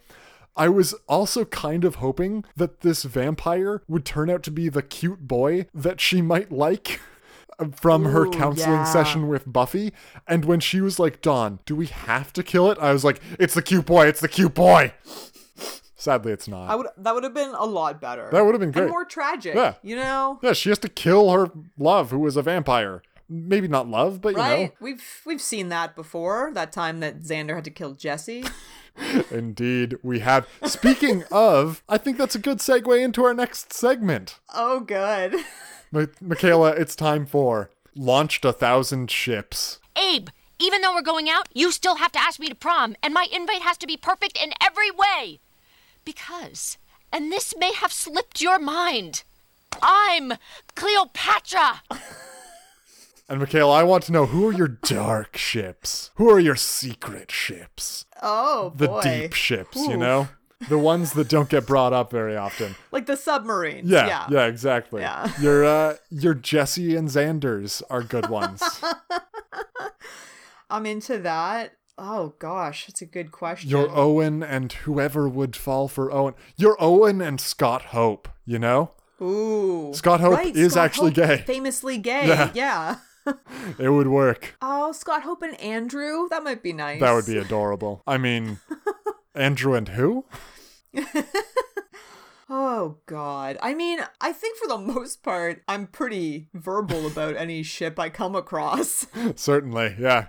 Speaker 2: I was also kind of hoping that this vampire would turn out to be the cute boy that she might like from her
Speaker 1: Ooh,
Speaker 2: counseling
Speaker 1: yeah.
Speaker 2: session with Buffy. And when she was like, Dawn, do we have to kill it? I was like, it's the cute boy, it's the cute boy. Sadly, it's not.
Speaker 1: I would that would have been a lot better.
Speaker 2: That would have been great.
Speaker 1: And more tragic.
Speaker 2: Yeah.
Speaker 1: You know?
Speaker 2: yeah, she has to kill her love, who is a vampire. Maybe not love, but
Speaker 1: Right? We've we've seen that before. That time that Xander had to kill Jesse.
Speaker 2: you know, indeed, we have. Speaking of, I think that's a good segue into our next segment.
Speaker 1: oh good.
Speaker 2: Mi- Michaela, it's time for Launched a Thousand Ships.
Speaker 6: Abe, even though we're going out, you still have to ask me to prom, and my invite has to be perfect in every way. Because, and this may have slipped your mind, I'm Cleopatra.
Speaker 2: And Michaela, I want to know who are your dark ships? Who are your secret ships?
Speaker 1: Oh
Speaker 2: The
Speaker 1: boy.
Speaker 2: deep ships, you
Speaker 1: Oof.
Speaker 2: know? The ones that don't get brought up very often.
Speaker 1: Like the submarines.
Speaker 2: Yeah, yeah,
Speaker 1: yeah.
Speaker 2: exactly.
Speaker 1: Yeah.
Speaker 2: Your uh, your Jesse and Xanders are good ones.
Speaker 1: I'm into that. Oh gosh, that's a good question.
Speaker 2: your Owen and whoever would fall for Owen. Your Owen and Scott Hope, you know?
Speaker 1: Ooh,
Speaker 2: Scott Hope is actually gay.
Speaker 1: famously gay.
Speaker 2: Yeah.
Speaker 1: Yeah.
Speaker 2: It would work.
Speaker 1: Oh, Scott Hope and Andrew, that might be nice.
Speaker 2: That would be adorable. I mean, Andrew and who?
Speaker 1: Oh God, I mean, I think for the most part, I'm pretty verbal about any ship I come across.
Speaker 2: Certainly, yeah.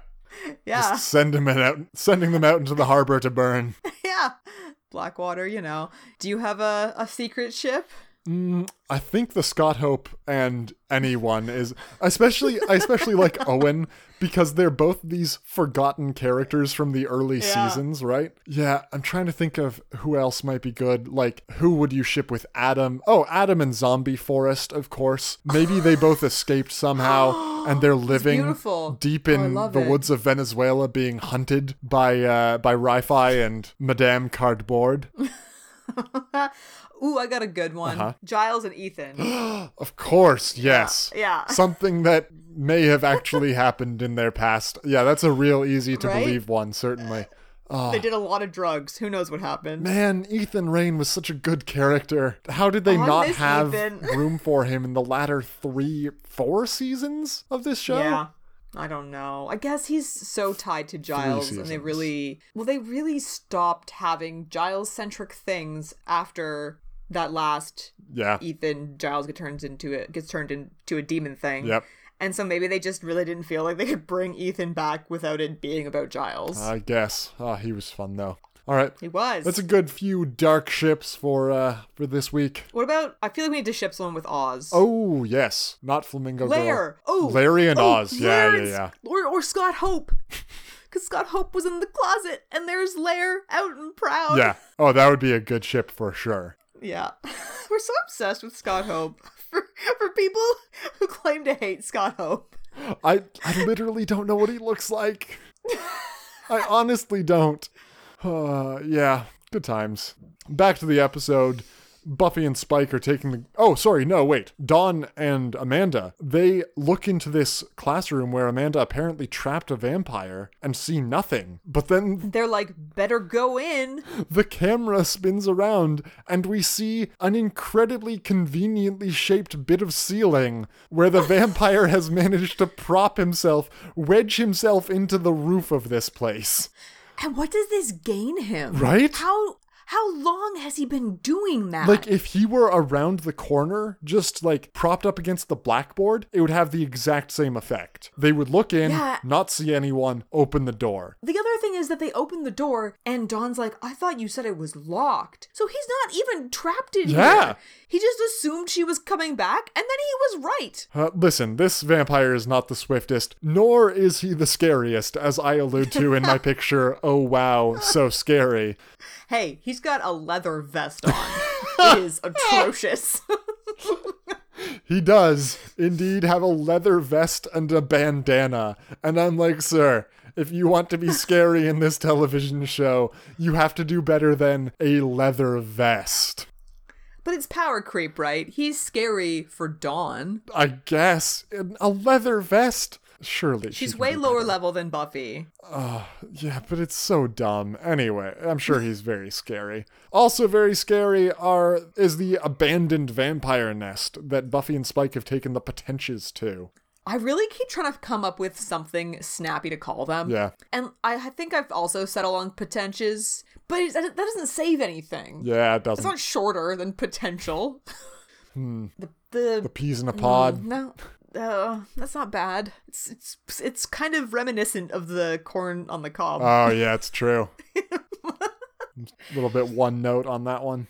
Speaker 1: Yeah,
Speaker 2: Just send them in out, sending them out into the harbor to burn.
Speaker 1: yeah. Blackwater, you know. Do you have a a secret ship?
Speaker 2: I think the Scott Hope and anyone is especially I especially like Owen because they're both these forgotten characters from the early
Speaker 1: Yeah.
Speaker 2: seasons, right? Yeah, I'm trying to think of who else might be good. Like who would you ship with Adam? Oh, Adam and Zombie Forest, of course. Maybe they both escaped somehow and they're living
Speaker 1: beautiful.
Speaker 2: deep
Speaker 1: Oh, I
Speaker 2: in
Speaker 1: love
Speaker 2: the
Speaker 1: it.
Speaker 2: woods of Venezuela being hunted by uh by Wi-Fi and Madame Cardboard.
Speaker 1: Ooh, I got a good one.
Speaker 2: Uh-huh.
Speaker 1: Giles and Ethan.
Speaker 2: Of course, yes.
Speaker 1: yeah.
Speaker 2: Something that may have actually happened in their past. Yeah, that's a real easy to
Speaker 1: Right?
Speaker 2: believe one, certainly.
Speaker 1: They did a lot of drugs. Who knows what happened?
Speaker 2: Man, Ethan Rain was such a good character. How did they
Speaker 1: I
Speaker 2: not
Speaker 1: Oh, miss
Speaker 2: have
Speaker 1: Ethan.
Speaker 2: room for him in the latter three, four seasons of this show?
Speaker 1: Yeah. I don't know. I guess he's so tied to Giles and they
Speaker 2: seasons.
Speaker 1: really well they really stopped having Giles centric things after that last
Speaker 2: Yeah.
Speaker 1: Ethan Giles gets turns into it gets turned into a demon thing.
Speaker 2: Yep.
Speaker 1: And so maybe they just really didn't feel like they could bring Ethan back without it being about Giles.
Speaker 2: I guess. Ah, he was fun though. All right.
Speaker 1: he was.
Speaker 2: That's a good few dark ships for uh for this week.
Speaker 1: what about I feel like we need to ship someone with Oz.
Speaker 2: Oh yes, not Flamingo
Speaker 1: Lair.
Speaker 2: Girl.
Speaker 1: Oh,
Speaker 2: Larry and
Speaker 1: oh,
Speaker 2: Oz. Yeah,
Speaker 1: Lair
Speaker 2: yeah,
Speaker 1: and
Speaker 2: yeah.
Speaker 1: S- Or, or Scott Hope, because Scott Hope was in the closet, and there's Lair out and proud.
Speaker 2: Yeah. Oh, that would be a good ship for sure.
Speaker 1: yeah. We're so obsessed with Scott Hope for for people who claim to hate Scott Hope.
Speaker 2: I I literally don't know what he looks like. I honestly don't. Uh, yeah, good times. Back to the episode. Buffy and Spike are taking the. Oh, sorry, no, wait. Dawn and Amanda. They look into this classroom where Amanda apparently trapped a vampire and see nothing. But then
Speaker 1: They're like, better go in.
Speaker 2: the camera spins around and we see an incredibly conveniently shaped bit of ceiling where the vampire has managed to prop himself, wedge himself into the roof of this place.
Speaker 1: And what does this gain him?
Speaker 2: Right?
Speaker 1: How how long has he been doing that?
Speaker 2: Like if he were around the corner, just like propped up against the blackboard, it would have the exact same effect. They would look in,
Speaker 1: Yeah.
Speaker 2: not see anyone, open the door.
Speaker 1: the other thing is that they open the door and Don's like, I thought you said it was locked. So he's not even trapped in
Speaker 2: Yeah.
Speaker 1: here. He just assumed she was coming back and then he was right.
Speaker 2: Uh, listen, this vampire is not the swiftest, nor is he the scariest, as I allude to in my picture. Oh wow, so scary.
Speaker 1: Hey, he's got a leather vest on. it is atrocious.
Speaker 2: He does indeed have a leather vest and a bandana. And I'm like, sir, if you want to be scary in this television show, you have to do better than a leather vest.
Speaker 1: but it's power creep, right? He's scary for Dawn.
Speaker 2: I guess. And A leather vest? Surely. she
Speaker 1: She's
Speaker 2: can
Speaker 1: way
Speaker 2: do
Speaker 1: lower level than Buffy.
Speaker 2: Yeah, but it's so dumb. Anyway, I'm sure he's very scary. Also very scary are is the abandoned vampire nest that Buffy and Spike have taken the potentials to.
Speaker 1: I really keep trying to come up with something snappy to call them.
Speaker 2: Yeah.
Speaker 1: And I I think I've also settled on potentials, but it's, that doesn't save anything.
Speaker 2: Yeah, it
Speaker 1: It's
Speaker 2: doesn't.
Speaker 1: not shorter than potential. The, the,
Speaker 2: Peas in a Hmm. pod.
Speaker 1: no, uh, that's not bad. It's, it's it's kind of reminiscent of the corn on the cob.
Speaker 2: Oh yeah, it's true. A little bit one note on that one.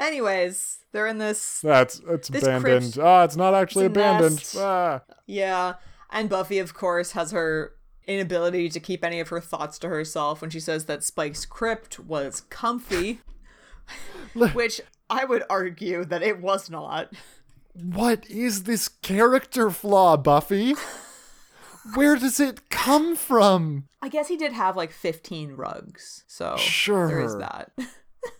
Speaker 1: Anyways, they're in this
Speaker 2: That's it's
Speaker 1: This
Speaker 2: abandoned.
Speaker 1: crypt-
Speaker 2: Ah, it's not actually
Speaker 1: it's a
Speaker 2: abandoned.
Speaker 1: nest.
Speaker 2: Ah.
Speaker 1: Yeah. And Buffy, of course, has her inability to keep any of her thoughts to herself when she says that Spike's crypt was comfy, which I would argue that it was not.
Speaker 2: What is this character flaw, Buffy? Where does it come from?
Speaker 1: I guess he did have like 15 rugs. So there is
Speaker 2: Sure.
Speaker 1: that.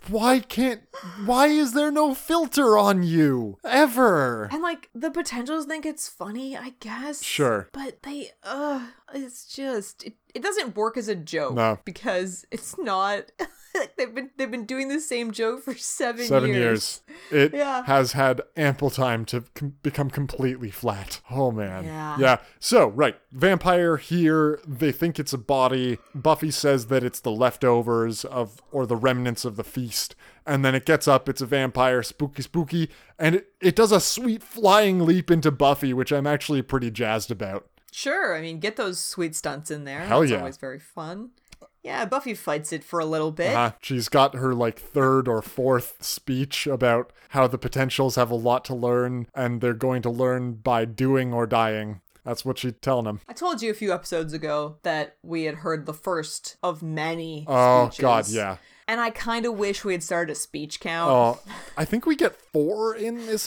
Speaker 2: Why can't why is there no filter on you ever?
Speaker 1: And like the potentials think it's funny, I guess.
Speaker 2: Sure.
Speaker 1: But they uh it's just it, it doesn't work as a joke
Speaker 2: No.
Speaker 1: because it's not like they've been they've been doing the same joke for 7
Speaker 2: Seven
Speaker 1: years.
Speaker 2: years. It
Speaker 1: Yeah.
Speaker 2: has had ample time to com- become completely flat. Oh, man.
Speaker 1: Yeah.
Speaker 2: So, right. Vampire here. They think it's a body. Buffy says that it's the leftovers of, or the remnants of the feast. And then it gets up. It's a vampire. Spooky, spooky. And it, it does a sweet flying leap into Buffy, which I'm actually pretty jazzed about.
Speaker 1: Sure. I mean, get those sweet stunts in there.
Speaker 2: Hell
Speaker 1: It's
Speaker 2: yeah.
Speaker 1: always very fun. Yeah, Buffy fights it for a little bit.
Speaker 2: Uh, she's got her like third or fourth speech about how the potentials have a lot to learn and they're going to learn by doing or dying. That's what she's telling them.
Speaker 1: I told you a few episodes ago that we had heard the first of many.
Speaker 2: Oh
Speaker 1: speeches.
Speaker 2: god, yeah.
Speaker 1: And I kind
Speaker 2: Uh,
Speaker 1: of wish we had started a speech count.
Speaker 2: Oh, I think we get four in this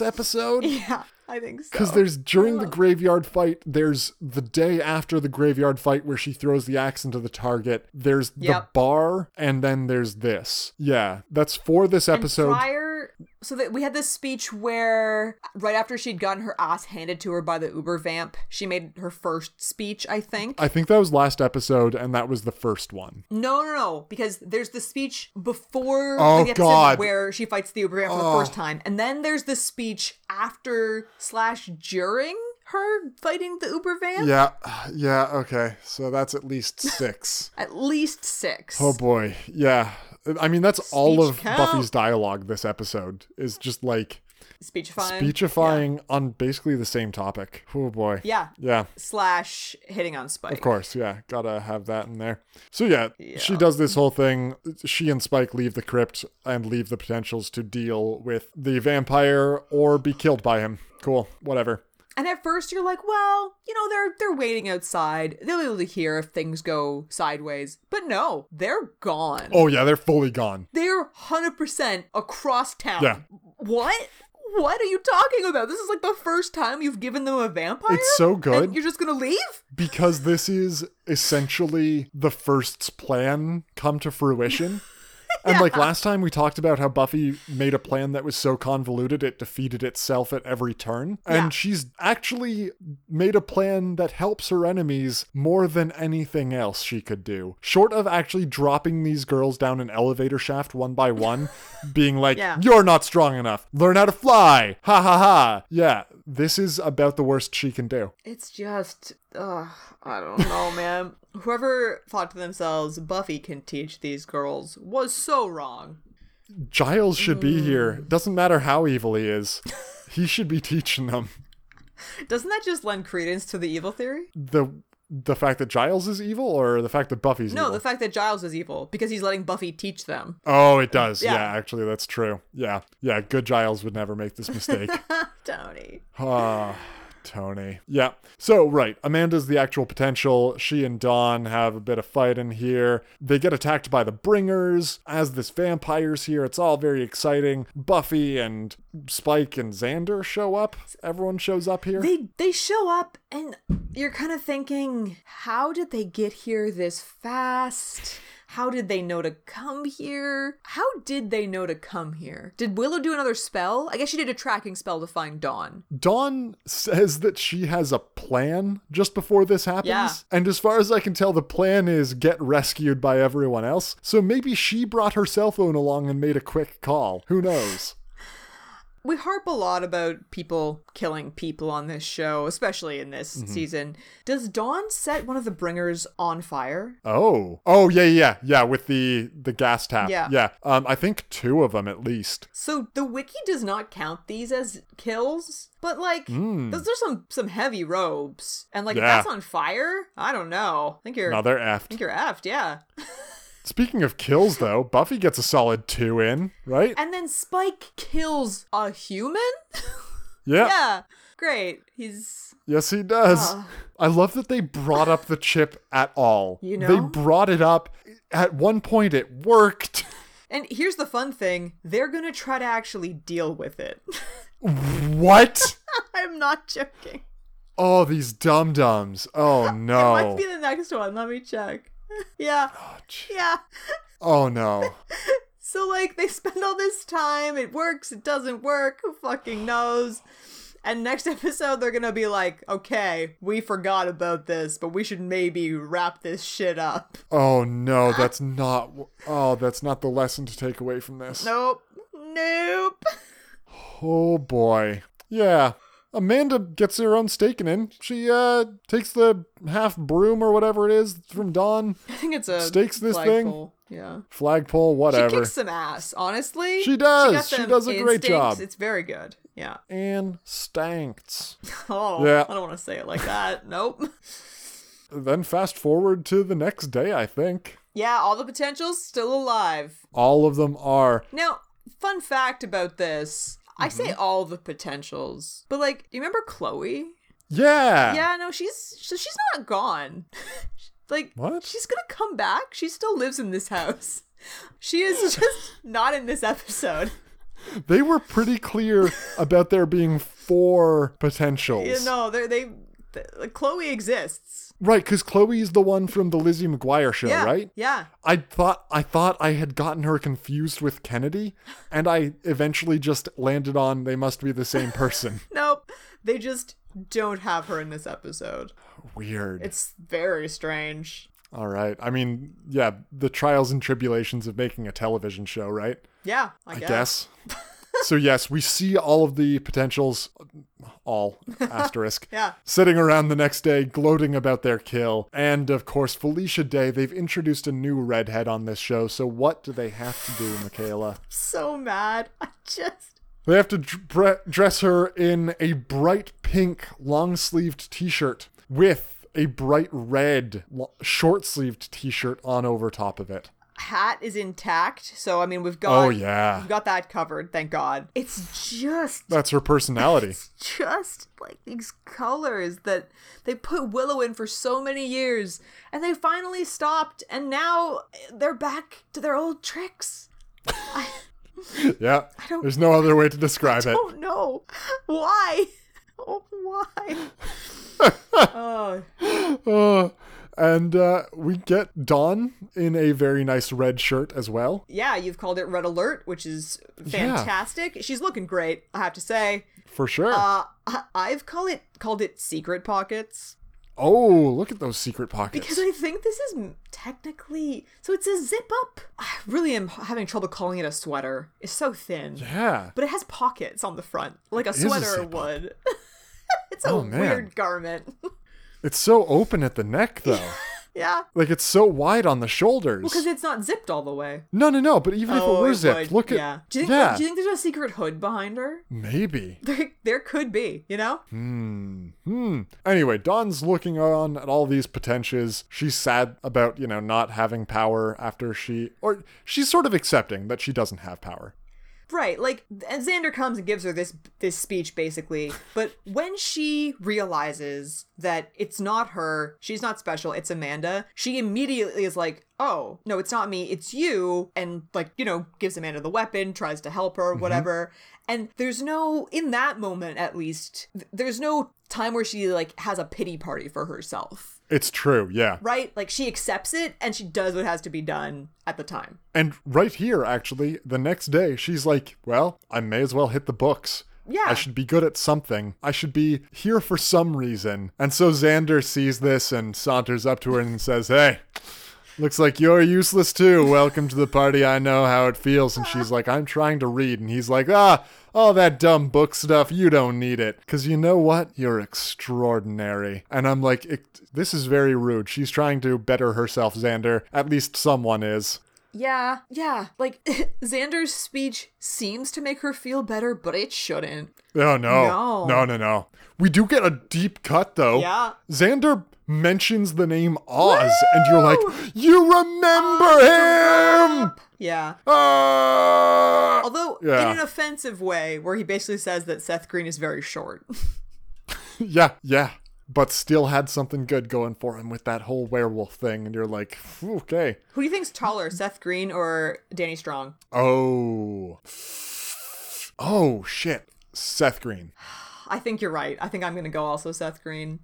Speaker 2: episode.
Speaker 1: Yeah. I think so.
Speaker 2: Because there's during the graveyard fight, there's the day after the graveyard fight where she throws the axe into the target. There's the
Speaker 1: Yep.
Speaker 2: bar, and then there's this. Yeah, that's for this episode.
Speaker 1: prior so that we had this speech where right after she'd gotten her ass handed to her by the uber vamp she made her first speech i think
Speaker 2: I think that was last episode, and that was the first one.
Speaker 1: no no no because there's the speech before
Speaker 2: Oh,
Speaker 1: the episode
Speaker 2: God.
Speaker 1: where she fights the uber vamp for the first time and then there's the speech after slash during her fighting the uber vamp
Speaker 2: Yeah, yeah, okay. So that's at least six.
Speaker 1: at least six.
Speaker 2: oh boy, yeah. I mean, that's all
Speaker 1: Speech
Speaker 2: of
Speaker 1: count.
Speaker 2: Buffy's dialogue this episode is just like
Speaker 1: speechifying
Speaker 2: speechifying on basically the same topic. Oh boy.
Speaker 1: Yeah.
Speaker 2: Yeah.
Speaker 1: slash hitting on spike
Speaker 2: Of course, yeah. Gotta have that in there. So, yeah, she does this whole thing. She and Spike leave the crypt and leave the potentials to deal with the vampire or be killed by him. Cool. Whatever.
Speaker 1: And at first you're like, well, you know, they're they're waiting outside. They'll be able to hear if things go sideways. But no, they're gone.
Speaker 2: Oh, yeah, they're fully gone.
Speaker 1: They're 100% across town.
Speaker 2: Yeah.
Speaker 1: What? What are you talking about? This is like the first time you've given them a vampire?
Speaker 2: It's so good.
Speaker 1: And you're just going to leave?
Speaker 2: Because this is essentially the first's plan come to fruition. And like last time, we talked about how Buffy made a plan that was so convoluted it defeated itself at every turn. And
Speaker 1: Yeah.
Speaker 2: she's actually made a plan that helps her enemies more than anything else she could do. Short of actually dropping these girls down an elevator shaft one by one, being like,
Speaker 1: Yeah.
Speaker 2: you're not strong enough, learn how to fly, ha ha ha. Yeah, this is about the worst she can do.
Speaker 1: It's just ugh, I don't know, man. Whoever thought to themselves Buffy can teach these girls was so wrong.
Speaker 2: Giles should be here.
Speaker 1: Mm.
Speaker 2: Doesn't matter how evil he is. He should be teaching them.
Speaker 1: Doesn't that just lend credence to the evil theory?
Speaker 2: The the fact that Giles is evil or the fact that Buffy's
Speaker 1: No,
Speaker 2: evil?
Speaker 1: the fact that Giles is evil because he's letting Buffy teach them.
Speaker 2: oh, it does. Yeah.
Speaker 1: Yeah.
Speaker 2: actually that's true. Yeah. Yeah, good Giles would never make this mistake.
Speaker 1: Tony.
Speaker 2: Ah, Tony. Yeah. So, right, Amanda's the actual potential. She and Dawn have a bit of fight in here. They get attacked by the Bringers. As this vampire's here, it's all very exciting. Buffy and Spike and Xander show up. Everyone shows up here.
Speaker 1: They they show up and you're kind of thinking, how did they get here this fast? How did they know to come here? How did they know to come here? Did Willow do another spell? I guess she did a tracking spell to find Dawn.
Speaker 2: Dawn says that she has a plan just before this happens.
Speaker 1: Yeah.
Speaker 2: And as far as I can tell, the plan is get rescued by everyone else. So maybe she brought her cell phone along and made a quick call. Who knows?
Speaker 1: We harp a lot about people killing people on this show, especially in this season. Does Dawn set one of the bringers on fire?
Speaker 2: Oh. Oh yeah, yeah, yeah, with the the gas tap.
Speaker 1: Yeah.
Speaker 2: Yeah. Um I think two of them at least.
Speaker 1: So the wiki does not count these as kills, but like those are some some heavy robes, and like if
Speaker 2: Hmm. Yeah.
Speaker 1: that's on fire. I don't know. I think you're
Speaker 2: No,
Speaker 1: I
Speaker 2: they're effed.
Speaker 1: think you're effed, yeah.
Speaker 2: Speaking of kills though, Buffy gets a solid two in, right?
Speaker 1: And then Spike kills a human.
Speaker 2: Yeah.
Speaker 1: yeah, great. He's
Speaker 2: Yes, he does. I love that they brought up the chip at all.
Speaker 1: You
Speaker 2: They
Speaker 1: know?
Speaker 2: brought it up. At one point, it worked.
Speaker 1: and here's the fun thing: they're gonna try to actually deal with it.
Speaker 2: What?
Speaker 1: I'm not joking.
Speaker 2: oh, these dum dums. Oh
Speaker 1: It might
Speaker 2: no.
Speaker 1: be the next one. Let me check. yeah, yeah.
Speaker 2: Oh no.
Speaker 1: So like they spend all this time, it works, it doesn't work, who fucking knows? And next episode they're gonna be like, okay, we forgot about this, but we should maybe wrap this shit up.
Speaker 2: Oh no. That's not. Oh, that's not the lesson to take away from this.
Speaker 1: Nope. Nope.
Speaker 2: Oh boy. Yeah. Amanda gets her own stake in. She uh takes the half broom or whatever it is from Dawn.
Speaker 1: I think it's a
Speaker 2: Stakes this
Speaker 1: flagpole. Yeah.
Speaker 2: Flagpole,
Speaker 1: She
Speaker 2: whatever.
Speaker 1: kicks some ass, honestly.
Speaker 2: She does.
Speaker 1: got
Speaker 2: She
Speaker 1: them
Speaker 2: does a great
Speaker 1: instincts.
Speaker 2: job.
Speaker 1: It's very good. Yeah.
Speaker 2: and stanks.
Speaker 1: Oh,
Speaker 2: Yeah.
Speaker 1: I don't want to say it like that. nope.
Speaker 2: Then fast forward to the next day, I think.
Speaker 1: Yeah, all the potentials still alive.
Speaker 2: All of them are.
Speaker 1: Now, fun fact about this. I say
Speaker 2: Mm-hmm.
Speaker 1: all the potentials, but like, do you remember Chloe?
Speaker 2: Yeah.
Speaker 1: Yeah, no, she's so she's not gone. like,
Speaker 2: What?
Speaker 1: She's gonna come back. She still lives in this house. She is just not in this episode.
Speaker 2: They were pretty clear about there being f- four potentials.
Speaker 1: You know, they they th- Chloe exists.
Speaker 2: Right, because Chloe's the one from the Lizzie McGuire show,
Speaker 1: Yeah.
Speaker 2: right?
Speaker 1: Yeah.
Speaker 2: I thought I thought I had gotten her confused with Kennedy, and I eventually just landed on they must be the same person.
Speaker 1: Nope. They just don't have her in this episode.
Speaker 2: Weird.
Speaker 1: It's very strange.
Speaker 2: All right. I mean, yeah, the trials and tribulations of making a television show, right?
Speaker 1: Yeah, I,
Speaker 2: I
Speaker 1: guess.
Speaker 2: guess. so yes, we see all of the potentials, all asterisk,
Speaker 1: Yeah.
Speaker 2: sitting around the next day gloating about their kill, and of course Felicia Day. They've introduced a new redhead on this show, so what do they have to do, Michaela?
Speaker 1: So mad. I just
Speaker 2: They have to dr- bre- dress her in a bright pink long sleeved t shirt with a bright red short sleeved t shirt on over top of it.
Speaker 1: hat is intact. So I mean, we've got
Speaker 2: Oh, yeah.
Speaker 1: We've got that covered, thank God. It's just
Speaker 2: That's her personality.
Speaker 1: just like these colors that they put Willow in for so many years and they finally stopped and now they're back to their old tricks.
Speaker 2: yeah.
Speaker 1: don't-
Speaker 2: There's no other way to describe it.
Speaker 1: Oh no. Why? Oh, why? oh,
Speaker 2: Uh, and uh, we get Dawn in a very nice red shirt as well.
Speaker 1: yeah, you've called it Red Alert, which is fantastic. She's looking great, I have to say.
Speaker 2: For sure.
Speaker 1: Uh, I- I've called it called it Secret Pockets.
Speaker 2: oh, look at those secret pockets.
Speaker 1: Because I think this is m- technically so it's a zip up. I really am h- having trouble calling it a sweater. It's so thin.
Speaker 2: yeah.
Speaker 1: But it has pockets on the front, like a
Speaker 2: is a
Speaker 1: sweater
Speaker 2: zip-up.
Speaker 1: would. it's a
Speaker 2: Oh, man.
Speaker 1: weird garment.
Speaker 2: It's so open at the neck, though.
Speaker 1: yeah.
Speaker 2: like, it's so wide on the shoulders.
Speaker 1: Because it's not zipped all the way. Oh,
Speaker 2: no, no, no. But even if it were
Speaker 1: would.
Speaker 2: zipped, look at.
Speaker 1: yeah. Do you think
Speaker 2: yeah.
Speaker 1: do you think there's a secret hood behind her?
Speaker 2: Maybe.
Speaker 1: There, there could be, you know?
Speaker 2: Hmm. Anyway, Dawn's looking on at all these potentials. She's sad about, you know, not having power after she. Or she's sort of accepting that she doesn't have power.
Speaker 1: Right, like and Xander comes and gives her this this speech basically, but when she realizes that it's not her, she's not special, it's Amanda, she immediately is like, "Oh, no, it's not me, it's you." And like, you know, gives Amanda the weapon, tries to help her, whatever. And there's no in that moment at least, th- there's no time where she like has a pity party for herself.
Speaker 2: It's true, yeah.
Speaker 1: Right? Like she accepts it and she does what has to be done at the time.
Speaker 2: And right here, actually, the next day, she's like, Well, I may as well hit the books.
Speaker 1: Yeah.
Speaker 2: I should be good at something. I should be here for some reason. And so Xander sees this and saunters up to her and says, Hey, looks like you're useless too. Welcome to the party. I know how it feels. And she's like, I'm trying to read. And he's like, Ah, all that dumb book stuff. You don't need it. Because you know what? You're extraordinary. And I'm like, "Ex- This is very rude. She's trying to better herself, Xander. At least someone is.
Speaker 1: Yeah, yeah. Like Xander's speech seems to make her feel better, but it shouldn't.
Speaker 2: Oh no.
Speaker 1: No.
Speaker 2: No, no, no. We do get a deep cut though.
Speaker 1: Yeah.
Speaker 2: Xander mentions the name Oz and you're like, "You remember him?"
Speaker 1: Yeah.
Speaker 2: Ah!
Speaker 1: Although
Speaker 2: Yeah.
Speaker 1: in an offensive way, where he basically says that Seth Green is very short.
Speaker 2: yeah, yeah. But still had something good going for him with that whole werewolf thing and you're like, "Okay.
Speaker 1: Who do you think's taller, Seth Green or Danny Strong?
Speaker 2: Oh. Oh shit. Seth Green.
Speaker 1: I think you're right. I think I'm gonna go also Seth Green.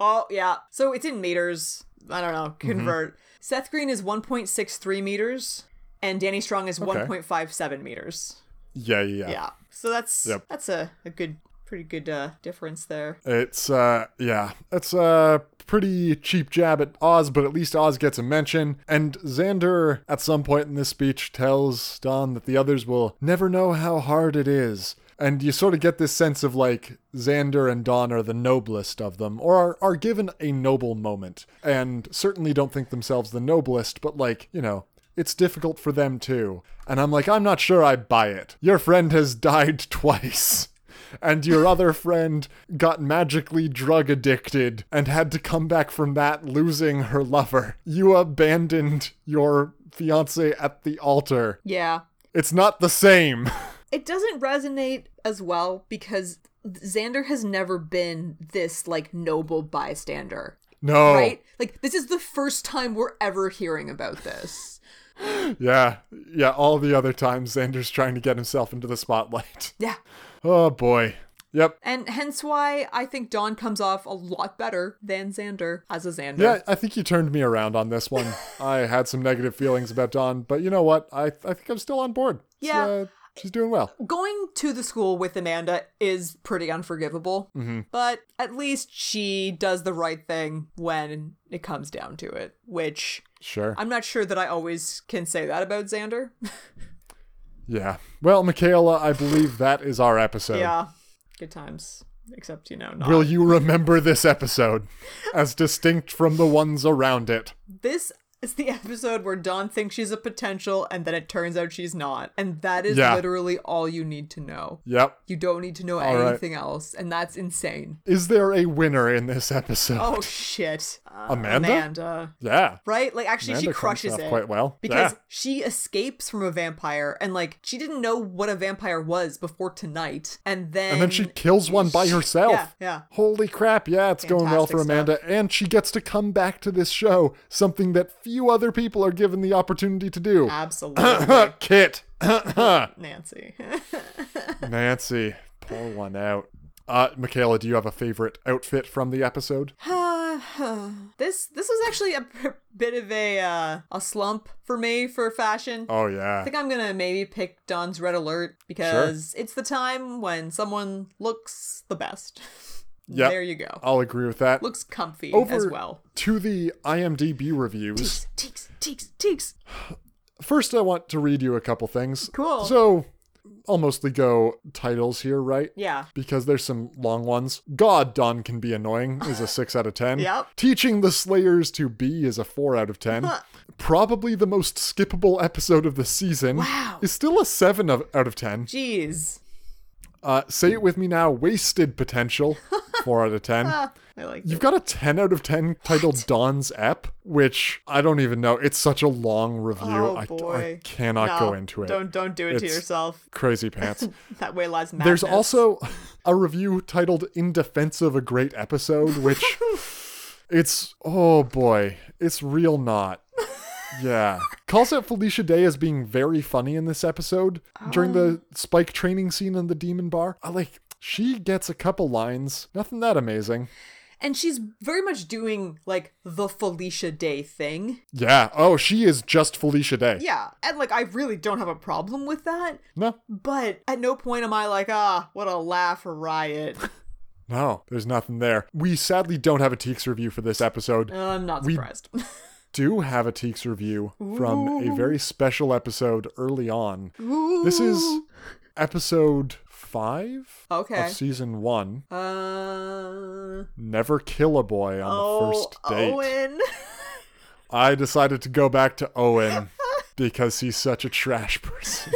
Speaker 1: Oh yeah. So it's in meters. I don't know.
Speaker 2: Mm-hmm.
Speaker 1: Convert. Seth Green is 1.63 meters, and Danny Strong is 1.57 meters.
Speaker 2: Yeah, yeah.
Speaker 1: Yeah. So that's
Speaker 2: Yep.
Speaker 1: that's a, a good, pretty good uh, difference there.
Speaker 2: It's uh yeah, it's a pretty cheap jab at Oz, but at least Oz gets a mention. And Xander at some point in this speech tells Don that the others will never know how hard it is. And you sort of get this sense of like Xander and Don are the noblest of them, or are, are given a noble moment, and certainly don't think themselves the noblest, but like, you know, it's difficult for them too. And I'm like, I'm not sure I buy it. Your friend has died twice. And your other friend got magically drug addicted and had to come back from that losing her lover. You abandoned your fiance at the altar.
Speaker 1: Yeah.
Speaker 2: It's not the same.
Speaker 1: it doesn't resonate as well because Xander has never been this like noble bystander,
Speaker 2: No.
Speaker 1: right? Like this is the first time we're ever hearing about this.
Speaker 2: Yeah. Yeah. All the other times Xander's trying to get himself into the spotlight.
Speaker 1: Yeah.
Speaker 2: Oh boy. Yep.
Speaker 1: And hence why I think Dawn comes off a lot better than Xander as a Xander.
Speaker 2: Yeah, I think you turned me around on this one. I had some negative feelings about Dawn, but you know what? I I think I'm still on board. It's,
Speaker 1: Yeah.
Speaker 2: uh, she's doing well.
Speaker 1: Going to the school with Amanda is pretty unforgivable,
Speaker 2: Mm-hmm.
Speaker 1: but at least she does the right thing when it comes down to it, which
Speaker 2: Sure.
Speaker 1: I'm not sure that I always can say that about Xander.
Speaker 2: Yeah. Well, Michaela, I believe that is our episode.
Speaker 1: yeah. Good times. Except, you know, not.
Speaker 2: Will you remember this episode as distinct from the ones around it?
Speaker 1: This is the episode where Dawn thinks she's a potential and then it turns out she's not. And that is
Speaker 2: Yeah.
Speaker 1: literally all you need to know.
Speaker 2: Yep.
Speaker 1: You don't need to know
Speaker 2: right.
Speaker 1: anything else. And that's insane.
Speaker 2: Is there a winner in this episode?
Speaker 1: Oh, shit. Uh,
Speaker 2: Amanda?
Speaker 1: Amanda.
Speaker 2: Yeah.
Speaker 1: Right? Like, actually,
Speaker 2: Amanda
Speaker 1: she
Speaker 2: comes
Speaker 1: crushes
Speaker 2: off
Speaker 1: it.
Speaker 2: quite well.
Speaker 1: Because
Speaker 2: Yeah.
Speaker 1: she escapes from a vampire and, like, she didn't know what a vampire was before tonight. And then.
Speaker 2: And then she kills one by herself.
Speaker 1: Yeah, yeah.
Speaker 2: Holy crap. Yeah, it's going well for
Speaker 1: Fantastic
Speaker 2: Amanda. And she gets to come back to this show, something that few other people are given the opportunity to do. Uh,
Speaker 1: Absolutely.
Speaker 2: Kit.
Speaker 1: Nancy.
Speaker 2: Nancy. Pour one out. Uh, Michaela, do you have a favorite outfit from the episode?
Speaker 1: this this was actually a p- bit of a uh, a slump for me for fashion.
Speaker 2: Oh,
Speaker 1: I
Speaker 2: yeah.
Speaker 1: think I'm gonna maybe pick Don's red alert because it's the time when someone looks the best.
Speaker 2: Yep.
Speaker 1: There you go.
Speaker 2: I'll agree with that.
Speaker 1: Looks comfy
Speaker 2: Over
Speaker 1: as well.
Speaker 2: to the IMDb reviews.
Speaker 1: Teeks, teeks, teeks, teeks.
Speaker 2: First, I want to read you a couple things.
Speaker 1: Cool.
Speaker 2: So, I'll mostly go titles here, right?
Speaker 1: Yeah.
Speaker 2: Because there's some long ones. God, Don can be annoying is a 6 out of 10.
Speaker 1: Yep.
Speaker 2: Teaching the Slayers to be is a 4 out of 10. Probably the most skippable episode of the season
Speaker 1: Wow.
Speaker 2: is still a 7 of, out of 10.
Speaker 1: Jeez.
Speaker 2: Uh, say it with me now Wasted Potential, 4 out of 10.
Speaker 1: I like
Speaker 2: You've
Speaker 1: it.
Speaker 2: got a 10 out of 10 titled Don's Ep, which I don't even know. It's such a long review.
Speaker 1: Oh
Speaker 2: I,
Speaker 1: boy.
Speaker 2: I cannot
Speaker 1: No,
Speaker 2: go into it.
Speaker 1: Don't don't do it to
Speaker 2: It's
Speaker 1: yourself.
Speaker 2: Crazy pants.
Speaker 1: That way lies madness.
Speaker 2: There's also a review titled In Defense of a Great Episode, which it's, oh boy, it's real not. Yeah. Calls out Felicia Day as being very funny in this episode during
Speaker 1: Oh.
Speaker 2: the spike training scene in the demon bar. I like, she gets a couple lines, nothing that amazing.
Speaker 1: and she's very much doing like the Felicia Day thing.
Speaker 2: Yeah. Oh, she is just Felicia Day.
Speaker 1: Yeah, and like I really don't have a problem with that.
Speaker 2: No,
Speaker 1: But at no point am I like, ah, what a laugh riot.
Speaker 2: no, there's nothing there. We sadly don't have a Teeks review for this episode.
Speaker 1: I'm not
Speaker 2: We-
Speaker 1: surprised.
Speaker 2: do have a Teeks review from a very special episode early on. This is episode five
Speaker 1: okay.
Speaker 2: of season one.
Speaker 1: Uh,
Speaker 2: Never kill a boy on the
Speaker 1: oh,
Speaker 2: first date.
Speaker 1: Owen.
Speaker 2: I decided to go back to Owen because he's such a trash person.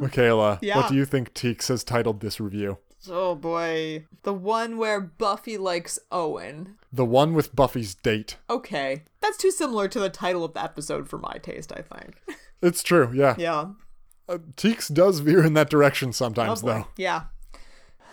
Speaker 2: Michaela,
Speaker 1: Uh. yeah.
Speaker 2: what do you think Teeks has titled this review?
Speaker 1: oh boy, the one where Buffy likes Owen.
Speaker 2: The one with Buffy's date.
Speaker 1: Okay, that's too similar to the title of the episode for my taste. I think.
Speaker 2: It's true, yeah.
Speaker 1: Yeah.
Speaker 2: Uh, Teeks does veer in that direction
Speaker 1: Oh
Speaker 2: sometimes,
Speaker 1: boy.
Speaker 2: though.
Speaker 1: Yeah.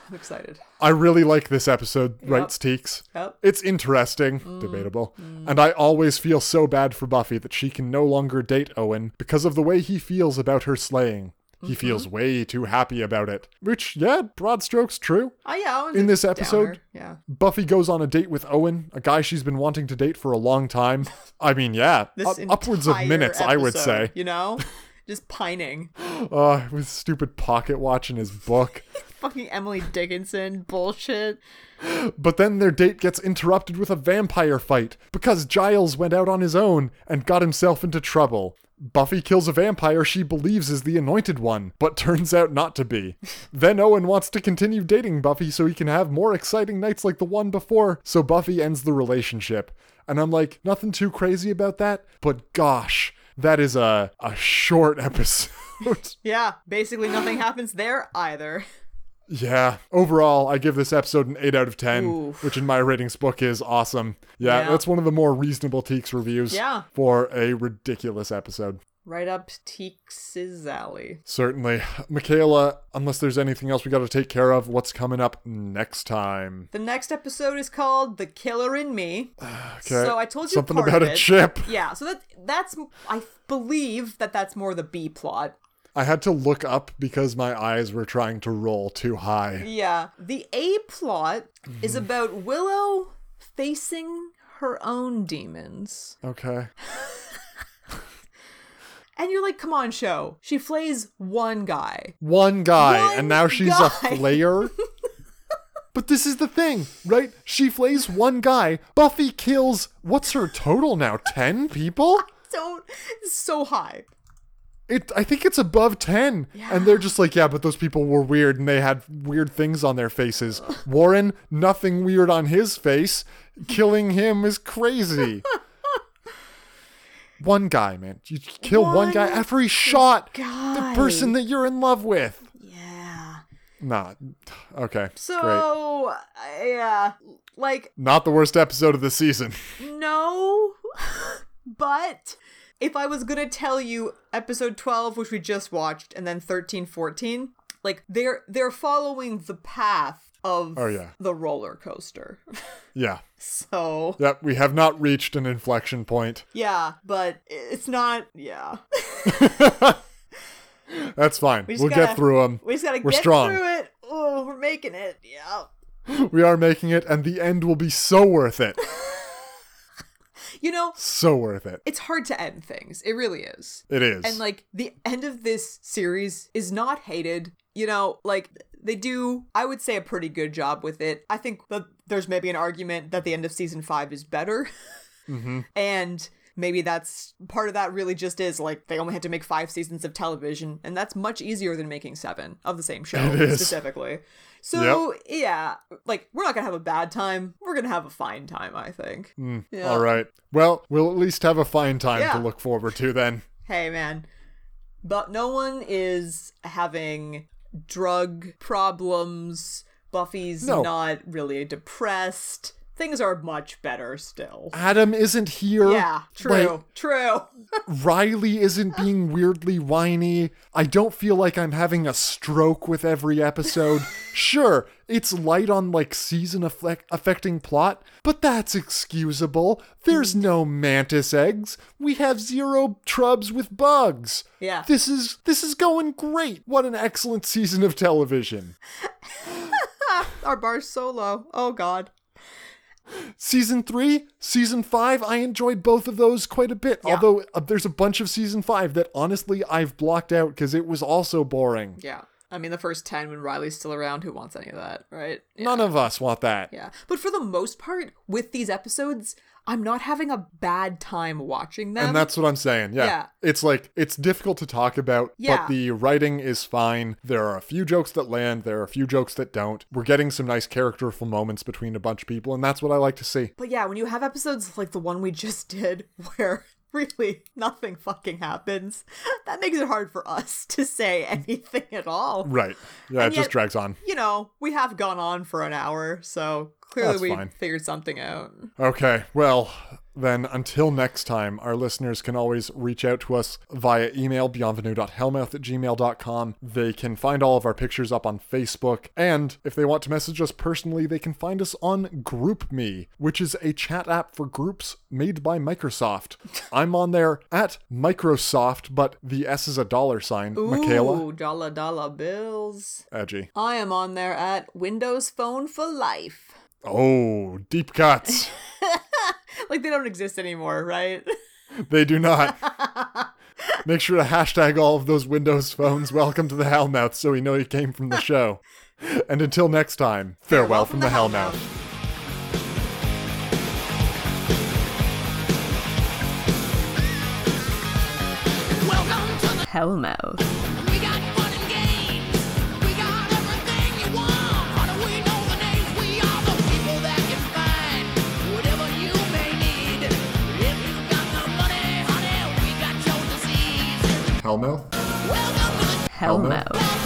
Speaker 1: I'm excited.
Speaker 2: I really like this episode, writes Teeks.
Speaker 1: Yep.
Speaker 2: It's interesting,
Speaker 1: Mm-hmm.
Speaker 2: debatable. And I always feel so bad for Buffy that she can no longer date Owen because of the way he feels about her slaying.
Speaker 1: Mm-hmm.
Speaker 2: He feels way too happy about it. Which, yeah, broad strokes, true.
Speaker 1: Oh yeah. Owen's
Speaker 2: In
Speaker 1: a
Speaker 2: this episode-
Speaker 1: downer. Yeah.
Speaker 2: Buffy goes on a date with Owen, a guy she's been wanting to date for a long time. I mean, yeah,
Speaker 1: This
Speaker 2: up- upwards of
Speaker 1: entire
Speaker 2: minutes, I would
Speaker 1: episode,
Speaker 2: say.
Speaker 1: You know, just pining.
Speaker 2: Uh, with stupid pocket watch in his book.
Speaker 1: Fucking Emily Dickinson bullshit.
Speaker 2: But then their date gets interrupted with a vampire fight because Giles went out on his own and got himself into trouble. Buffy kills a vampire she believes is the anointed one, but turns out not to be. then Owen wants to continue dating Buffy so he can have more exciting nights like the one before, so Buffy ends the relationship. And I'm like, nothing too crazy about that, but gosh, that is a, a short episode.
Speaker 1: Yeah, basically nothing happens there either.
Speaker 2: Yeah. Overall, I give this episode an 8 out of 10,
Speaker 1: Oof.
Speaker 2: which in my ratings book is awesome. Yeah,
Speaker 1: Yeah.
Speaker 2: that's one of the more reasonable Teeks reviews
Speaker 1: Yeah.
Speaker 2: for a ridiculous episode.
Speaker 1: Right up Teeks' alley.
Speaker 2: Certainly. Michaela, unless there's anything else we got to take care of, what's coming up next time?
Speaker 1: The next episode is called "The Killer in Me."
Speaker 2: Okay.
Speaker 1: So I told you
Speaker 2: something
Speaker 1: part
Speaker 2: about
Speaker 1: of
Speaker 2: a
Speaker 1: it.
Speaker 2: chip.
Speaker 1: Yeah, so that that's I believe that that's more the B plot.
Speaker 2: I had to look up because my eyes were trying to roll too high.
Speaker 1: Yeah. The A plot is about Willow facing her own demons.
Speaker 2: Okay.
Speaker 1: And you're like, come on, show. She flays one guy.
Speaker 2: One guy,
Speaker 1: One
Speaker 2: and now she's
Speaker 1: guy.
Speaker 2: a flayer. but this is the thing, right? She flays one guy. Buffy kills, what's her total now? 10 people?
Speaker 1: So so high.
Speaker 2: It, I think it's above 10. And they're just like, yeah, but those people were weird and they had weird things on their faces. Warren, nothing weird on his face. Killing him is crazy. one guy, man. You kill one,
Speaker 1: One
Speaker 2: guy after he shot
Speaker 1: guy.
Speaker 2: the person that you're in love with.
Speaker 1: Yeah.
Speaker 2: Nah. Okay. Great.
Speaker 1: So uh, yeah, like
Speaker 2: Not the worst episode of the season.
Speaker 1: no, but if I was gonna tell you episode 12, which we just watched, and then 13, 14, like they're they're following the path of
Speaker 2: Oh, yeah.
Speaker 1: the roller coaster.
Speaker 2: yeah.
Speaker 1: So
Speaker 2: Yep. We have not reached an inflection point.
Speaker 1: yeah, but it's not yeah.
Speaker 2: That's fine. We
Speaker 1: just
Speaker 2: will
Speaker 1: gotta-
Speaker 2: get through them.
Speaker 1: We just gotta
Speaker 2: We're
Speaker 1: get
Speaker 2: strong.
Speaker 1: through it. Oh, we're making it. Yeah.
Speaker 2: We are making it, and the end will be so worth it.
Speaker 1: You know,
Speaker 2: so worth it.
Speaker 1: it's hard to end things. It really is.
Speaker 2: It is.
Speaker 1: And like the end of this series is not hated. You know, like they do, I would say, a pretty good job with it. I think that there's maybe an argument that the end of season five is better.
Speaker 2: Mm-hmm.
Speaker 1: And maybe that's part of that really just is like they only had to make five seasons of television, and that's much easier than making seven of the same show
Speaker 2: It is.
Speaker 1: specifically. So, yeah, like we're not going to have a bad time. We're going to have a fine time, I think. Yeah.
Speaker 2: Mm. All right. Well, we'll at least have a fine time
Speaker 1: uh, Yeah.
Speaker 2: to look forward to then.
Speaker 1: hey man but no one is having drug problems buffy's
Speaker 2: No.
Speaker 1: not really depressed things are much better still
Speaker 2: Adam isn't here.
Speaker 1: yeah true
Speaker 2: Like,
Speaker 1: true
Speaker 2: Riley isn't being weirdly whiny. I don't feel like I'm having a stroke with every episode. sure, it's light on like season affle- affecting plot, but that's excusable. There's no mantis eggs. We have zero trubs with bugs.
Speaker 1: Yeah.
Speaker 2: This is this is going great. What an excellent season of television.
Speaker 1: our bar's so low oh god
Speaker 2: season three, season five, I enjoyed both of those quite a bit. Although uh, there's a bunch of season five that honestly I've blocked out because it was also boring.
Speaker 1: yeah i mean the first 10 when riley's still around who wants any of that right yeah.
Speaker 2: None of us want that.
Speaker 1: yeah but for the most part with these episodes i'm not having a bad time watching them
Speaker 2: And that's what I'm saying. Yeah.
Speaker 1: Um, Yeah.
Speaker 2: It's like, it's difficult to talk about,
Speaker 1: Yeah.
Speaker 2: but the writing is fine. There are a few jokes that land, there are a few jokes that don't. We're getting some nice characterful moments between a bunch of people, and that's what I like to see.
Speaker 1: But yeah, when you have episodes like the one we just did, where really nothing fucking happens, that makes it hard for us to say anything at all.
Speaker 2: Right. Yeah,
Speaker 1: And
Speaker 2: it
Speaker 1: yet-
Speaker 2: just drags on.
Speaker 1: You know, we have gone on for an hour, so clearly
Speaker 2: That's
Speaker 1: we
Speaker 2: fine.
Speaker 1: figured something out.
Speaker 2: Okay, well, then until next time, our listeners can always reach out to us via email, bienvenue.hellmouth at gmail.com. They can find all of our pictures up on Facebook, and if they want to message us personally, they can find us on GroupMe, which is a chat app for groups made by Microsoft. I'm on there at Microsoft, but the S is a dollar sign. Michaela?
Speaker 1: Ooh, dollar dollar bills.
Speaker 2: Edgy.
Speaker 1: I am on there at Windows Phone for Life.
Speaker 2: Oh, deep cuts.
Speaker 1: Like they don't exist anymore, right?
Speaker 2: They do not. Make sure to hashtag all of those Windows phones welcome to the Hellmouth so we know you came from the show. And until next time, farewell, from, the, Hellmouth.
Speaker 3: Welcome to the
Speaker 1: Hellmouth.
Speaker 3: We got fun and games. We got everything you want. How do we know the names? We are the people that can find whatever you may need. If you got no money, honey, we got your disease.
Speaker 2: Hellmouth?
Speaker 3: Welcome to the
Speaker 2: Hellmouth?
Speaker 3: Hellmouth.